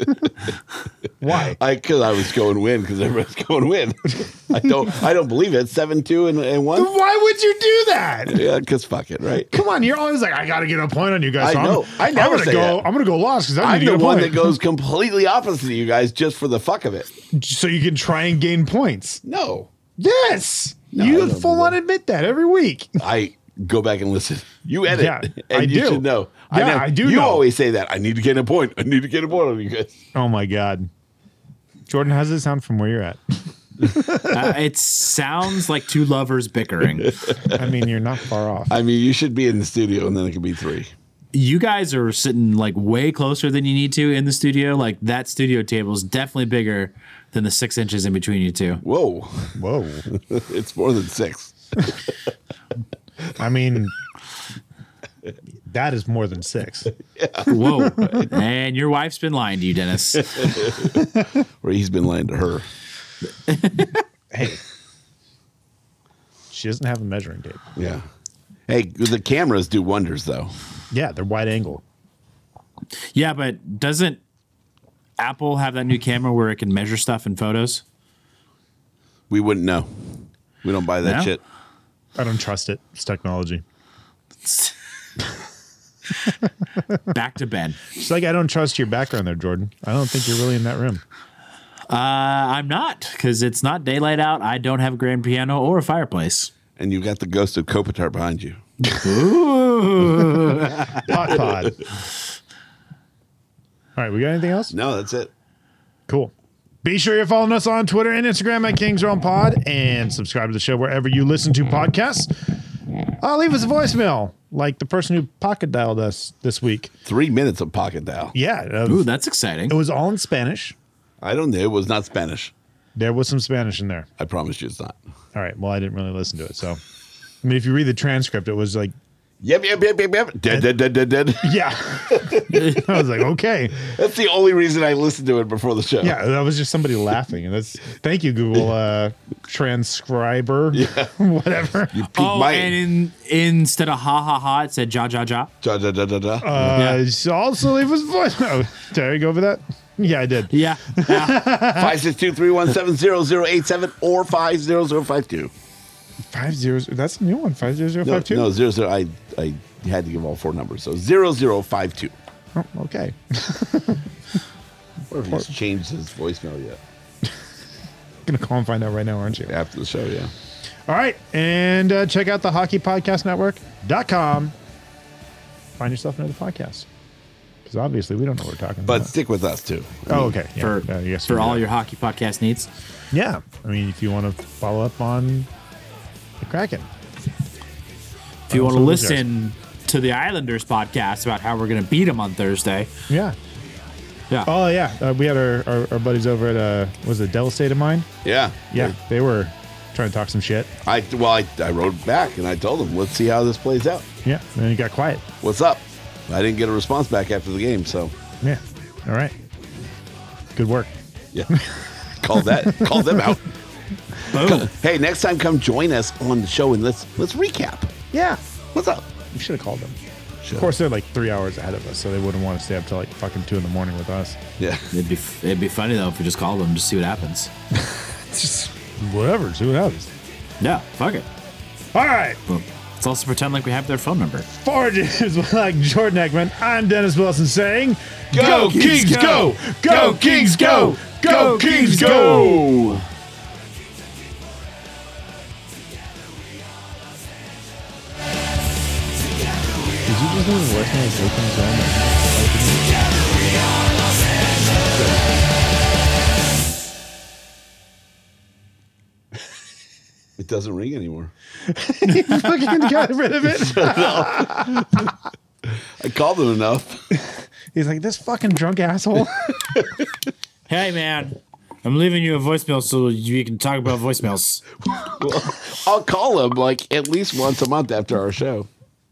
[SPEAKER 2] Why?
[SPEAKER 3] [laughs] I because I was going win because everyone's going win. [laughs] I don't. I don't believe it. Seven two and, and one.
[SPEAKER 2] Why would you do that?
[SPEAKER 3] Yeah, because fuck it, right?
[SPEAKER 2] Come on, you're always like, I gotta get a point on you guys.
[SPEAKER 3] I
[SPEAKER 2] so I'm-
[SPEAKER 3] know. I
[SPEAKER 2] I'm
[SPEAKER 3] never
[SPEAKER 2] gonna
[SPEAKER 3] say
[SPEAKER 2] go.
[SPEAKER 3] that.
[SPEAKER 2] I'm gonna go lost because I'm
[SPEAKER 3] I'm
[SPEAKER 2] gonna
[SPEAKER 3] the
[SPEAKER 2] get a
[SPEAKER 3] one
[SPEAKER 2] point.
[SPEAKER 3] that goes completely opposite to you guys just for the fuck of it.
[SPEAKER 2] so you can try and gain points.
[SPEAKER 3] No,
[SPEAKER 2] Yes,
[SPEAKER 3] I
[SPEAKER 2] you
[SPEAKER 3] don't
[SPEAKER 2] full on admit that every week.
[SPEAKER 3] I go back and listen. You edit,
[SPEAKER 2] Yeah, I
[SPEAKER 3] and you
[SPEAKER 2] do.
[SPEAKER 3] should know.
[SPEAKER 2] Yeah,
[SPEAKER 3] know.
[SPEAKER 2] I do
[SPEAKER 3] You
[SPEAKER 2] know.
[SPEAKER 3] always say that. I need to get a point. I need to get a point on you guys.
[SPEAKER 2] [laughs] Oh my god, Jordan, how's it sound from where you're at?
[SPEAKER 4] Uh, it sounds like two lovers bickering.
[SPEAKER 2] I mean, you're not far off.
[SPEAKER 3] [laughs] I mean, you should be in the studio, and then it could be three.
[SPEAKER 4] you guys are sitting like way closer than you need to in the studio. Like that studio table is definitely bigger than the six inches in between you two.
[SPEAKER 3] Whoa, [laughs]
[SPEAKER 2] Whoa,
[SPEAKER 3] it's more than six.
[SPEAKER 2] I mean, that is more than six.
[SPEAKER 4] [laughs] Whoa! and your wife's been lying to you, [laughs] Dennis.
[SPEAKER 3] Or he's been lying to her.
[SPEAKER 2] Hey, she doesn't have a measuring tape.
[SPEAKER 3] Yeah. Hey, the cameras do wonders, though.
[SPEAKER 2] Yeah, they're wide angle.
[SPEAKER 4] Yeah, but doesn't Apple have that new camera where it can measure stuff in photos?
[SPEAKER 3] We wouldn't know. We don't buy that
[SPEAKER 4] No?
[SPEAKER 3] shit.
[SPEAKER 2] I don't trust it. It's technology.
[SPEAKER 4] Back to Ben.
[SPEAKER 2] It's like I don't trust your background there, Jordan. I don't think you're really in that room.
[SPEAKER 4] Uh, I'm not because it's not daylight out. I don't have a grand piano or a fireplace.
[SPEAKER 3] And you've got the ghost of Kopitar behind you.
[SPEAKER 2] Hot pod. All right, we got anything else?
[SPEAKER 3] No, that's it.
[SPEAKER 2] Cool. Be sure you're following us on Twitter and Instagram at Kings Realm Pod and subscribe to the show wherever you listen to podcasts. Uh, leave us a voicemail, like the person who pocket dialed us this week.
[SPEAKER 3] Three minutes of pocket dial.
[SPEAKER 2] Yeah. uh,
[SPEAKER 4] Ooh, that's exciting.
[SPEAKER 2] It was all in Spanish.
[SPEAKER 3] I don't know. It was not Spanish.
[SPEAKER 2] There was some Spanish in there.
[SPEAKER 3] I promise you it's not.
[SPEAKER 2] All right. Well, I didn't really listen to it. So, I mean, if you read the transcript, it was like,
[SPEAKER 3] Yep, yep, yep, yep, yep. Dead, dead, dead, dead, dead.
[SPEAKER 2] yeah. [laughs] I was like, okay.
[SPEAKER 3] [laughs] That's the only reason I listened to it before the show.
[SPEAKER 2] Yeah. That was just somebody laughing. And that's, thank you, Google uh,
[SPEAKER 4] [laughs]
[SPEAKER 2] transcriber, [laughs] whatever.
[SPEAKER 3] Peak
[SPEAKER 4] Oh,
[SPEAKER 3] my-
[SPEAKER 4] and in, instead of ha ha ha, it said ja ja ja.
[SPEAKER 3] Da, da, da, da, da. [laughs]
[SPEAKER 2] Uh,
[SPEAKER 4] Yeah.
[SPEAKER 2] so Also, leave us a voice. [laughs] Oh, did I go over that? Yeah, I did.
[SPEAKER 4] Yeah. yeah.
[SPEAKER 3] 562-317-0087 or 50052.
[SPEAKER 2] Five zeros. That's a new one. Five zero zero
[SPEAKER 3] No,
[SPEAKER 2] five two.
[SPEAKER 3] no, zero, zero. I, I had to give all four numbers. So 0052.
[SPEAKER 2] Oh, okay. [laughs]
[SPEAKER 3] Or if he's changed his voicemail yet
[SPEAKER 2] gonna call and find out right now, aren't you?
[SPEAKER 3] after the show,
[SPEAKER 2] Uh-huh.
[SPEAKER 3] yeah.
[SPEAKER 2] All right, and uh, check out the Hockey Podcast Network.com. Find yourself another podcast because obviously we don't know what we're talking
[SPEAKER 3] But
[SPEAKER 2] about.
[SPEAKER 3] stick with us too.
[SPEAKER 2] Oh, okay. Yeah.
[SPEAKER 4] For,
[SPEAKER 2] Uh, yes,
[SPEAKER 4] for
[SPEAKER 2] we
[SPEAKER 4] all
[SPEAKER 2] do.
[SPEAKER 4] your hockey podcast needs.
[SPEAKER 2] Yeah, I mean, if you want to follow up on the Kraken,
[SPEAKER 4] If you
[SPEAKER 2] Oh,
[SPEAKER 4] want to
[SPEAKER 2] so does
[SPEAKER 4] listen to the Islanders podcast about how we're going to beat them on Thursday,
[SPEAKER 2] yeah.
[SPEAKER 4] yeah.
[SPEAKER 2] Oh yeah, uh, we had our, our, our buddies over at uh, was it Devil State of Mind?
[SPEAKER 3] Yeah.
[SPEAKER 2] Yeah, they were trying to talk some shit.
[SPEAKER 3] I well I, I wrote back and I told him, let's see how this plays out.
[SPEAKER 2] Yeah, and then it got quiet.
[SPEAKER 3] What's up? I didn't get a response back after the game, so
[SPEAKER 2] Yeah. All right. Good work.
[SPEAKER 3] yeah. [laughs] call that call them out. Boom. Hey, next time come join us on the show and let's let's recap.
[SPEAKER 2] Yeah.
[SPEAKER 3] What's up?
[SPEAKER 2] We should have called them. Of course, they're like three hours ahead of us, so they wouldn't want to stay up till like fucking two in the morning with us.
[SPEAKER 3] Yeah.
[SPEAKER 4] It'd be it'd be funny though if we just called them just see what happens.
[SPEAKER 2] Just whatever. See what happens.
[SPEAKER 4] Yeah, fuck it.
[SPEAKER 2] All right.
[SPEAKER 4] Well, let's also pretend like we have their phone number.
[SPEAKER 2] [laughs] Forges like Jordan Eckman. I'm Dennis Wilson saying,
[SPEAKER 3] Go, Kings, go!
[SPEAKER 2] Go, Kings, go! Go, Kings, go!
[SPEAKER 3] It doesn't
[SPEAKER 2] [laughs]
[SPEAKER 3] ring anymore.
[SPEAKER 2] Fucking got rid of
[SPEAKER 3] [laughs]
[SPEAKER 2] it.
[SPEAKER 3] I called them enough.
[SPEAKER 2] He's like, this fucking drunk asshole.
[SPEAKER 4] Hey man, I'm leaving you a voicemail so you can talk about voicemails.
[SPEAKER 3] I'll call them like at least once a month after our show.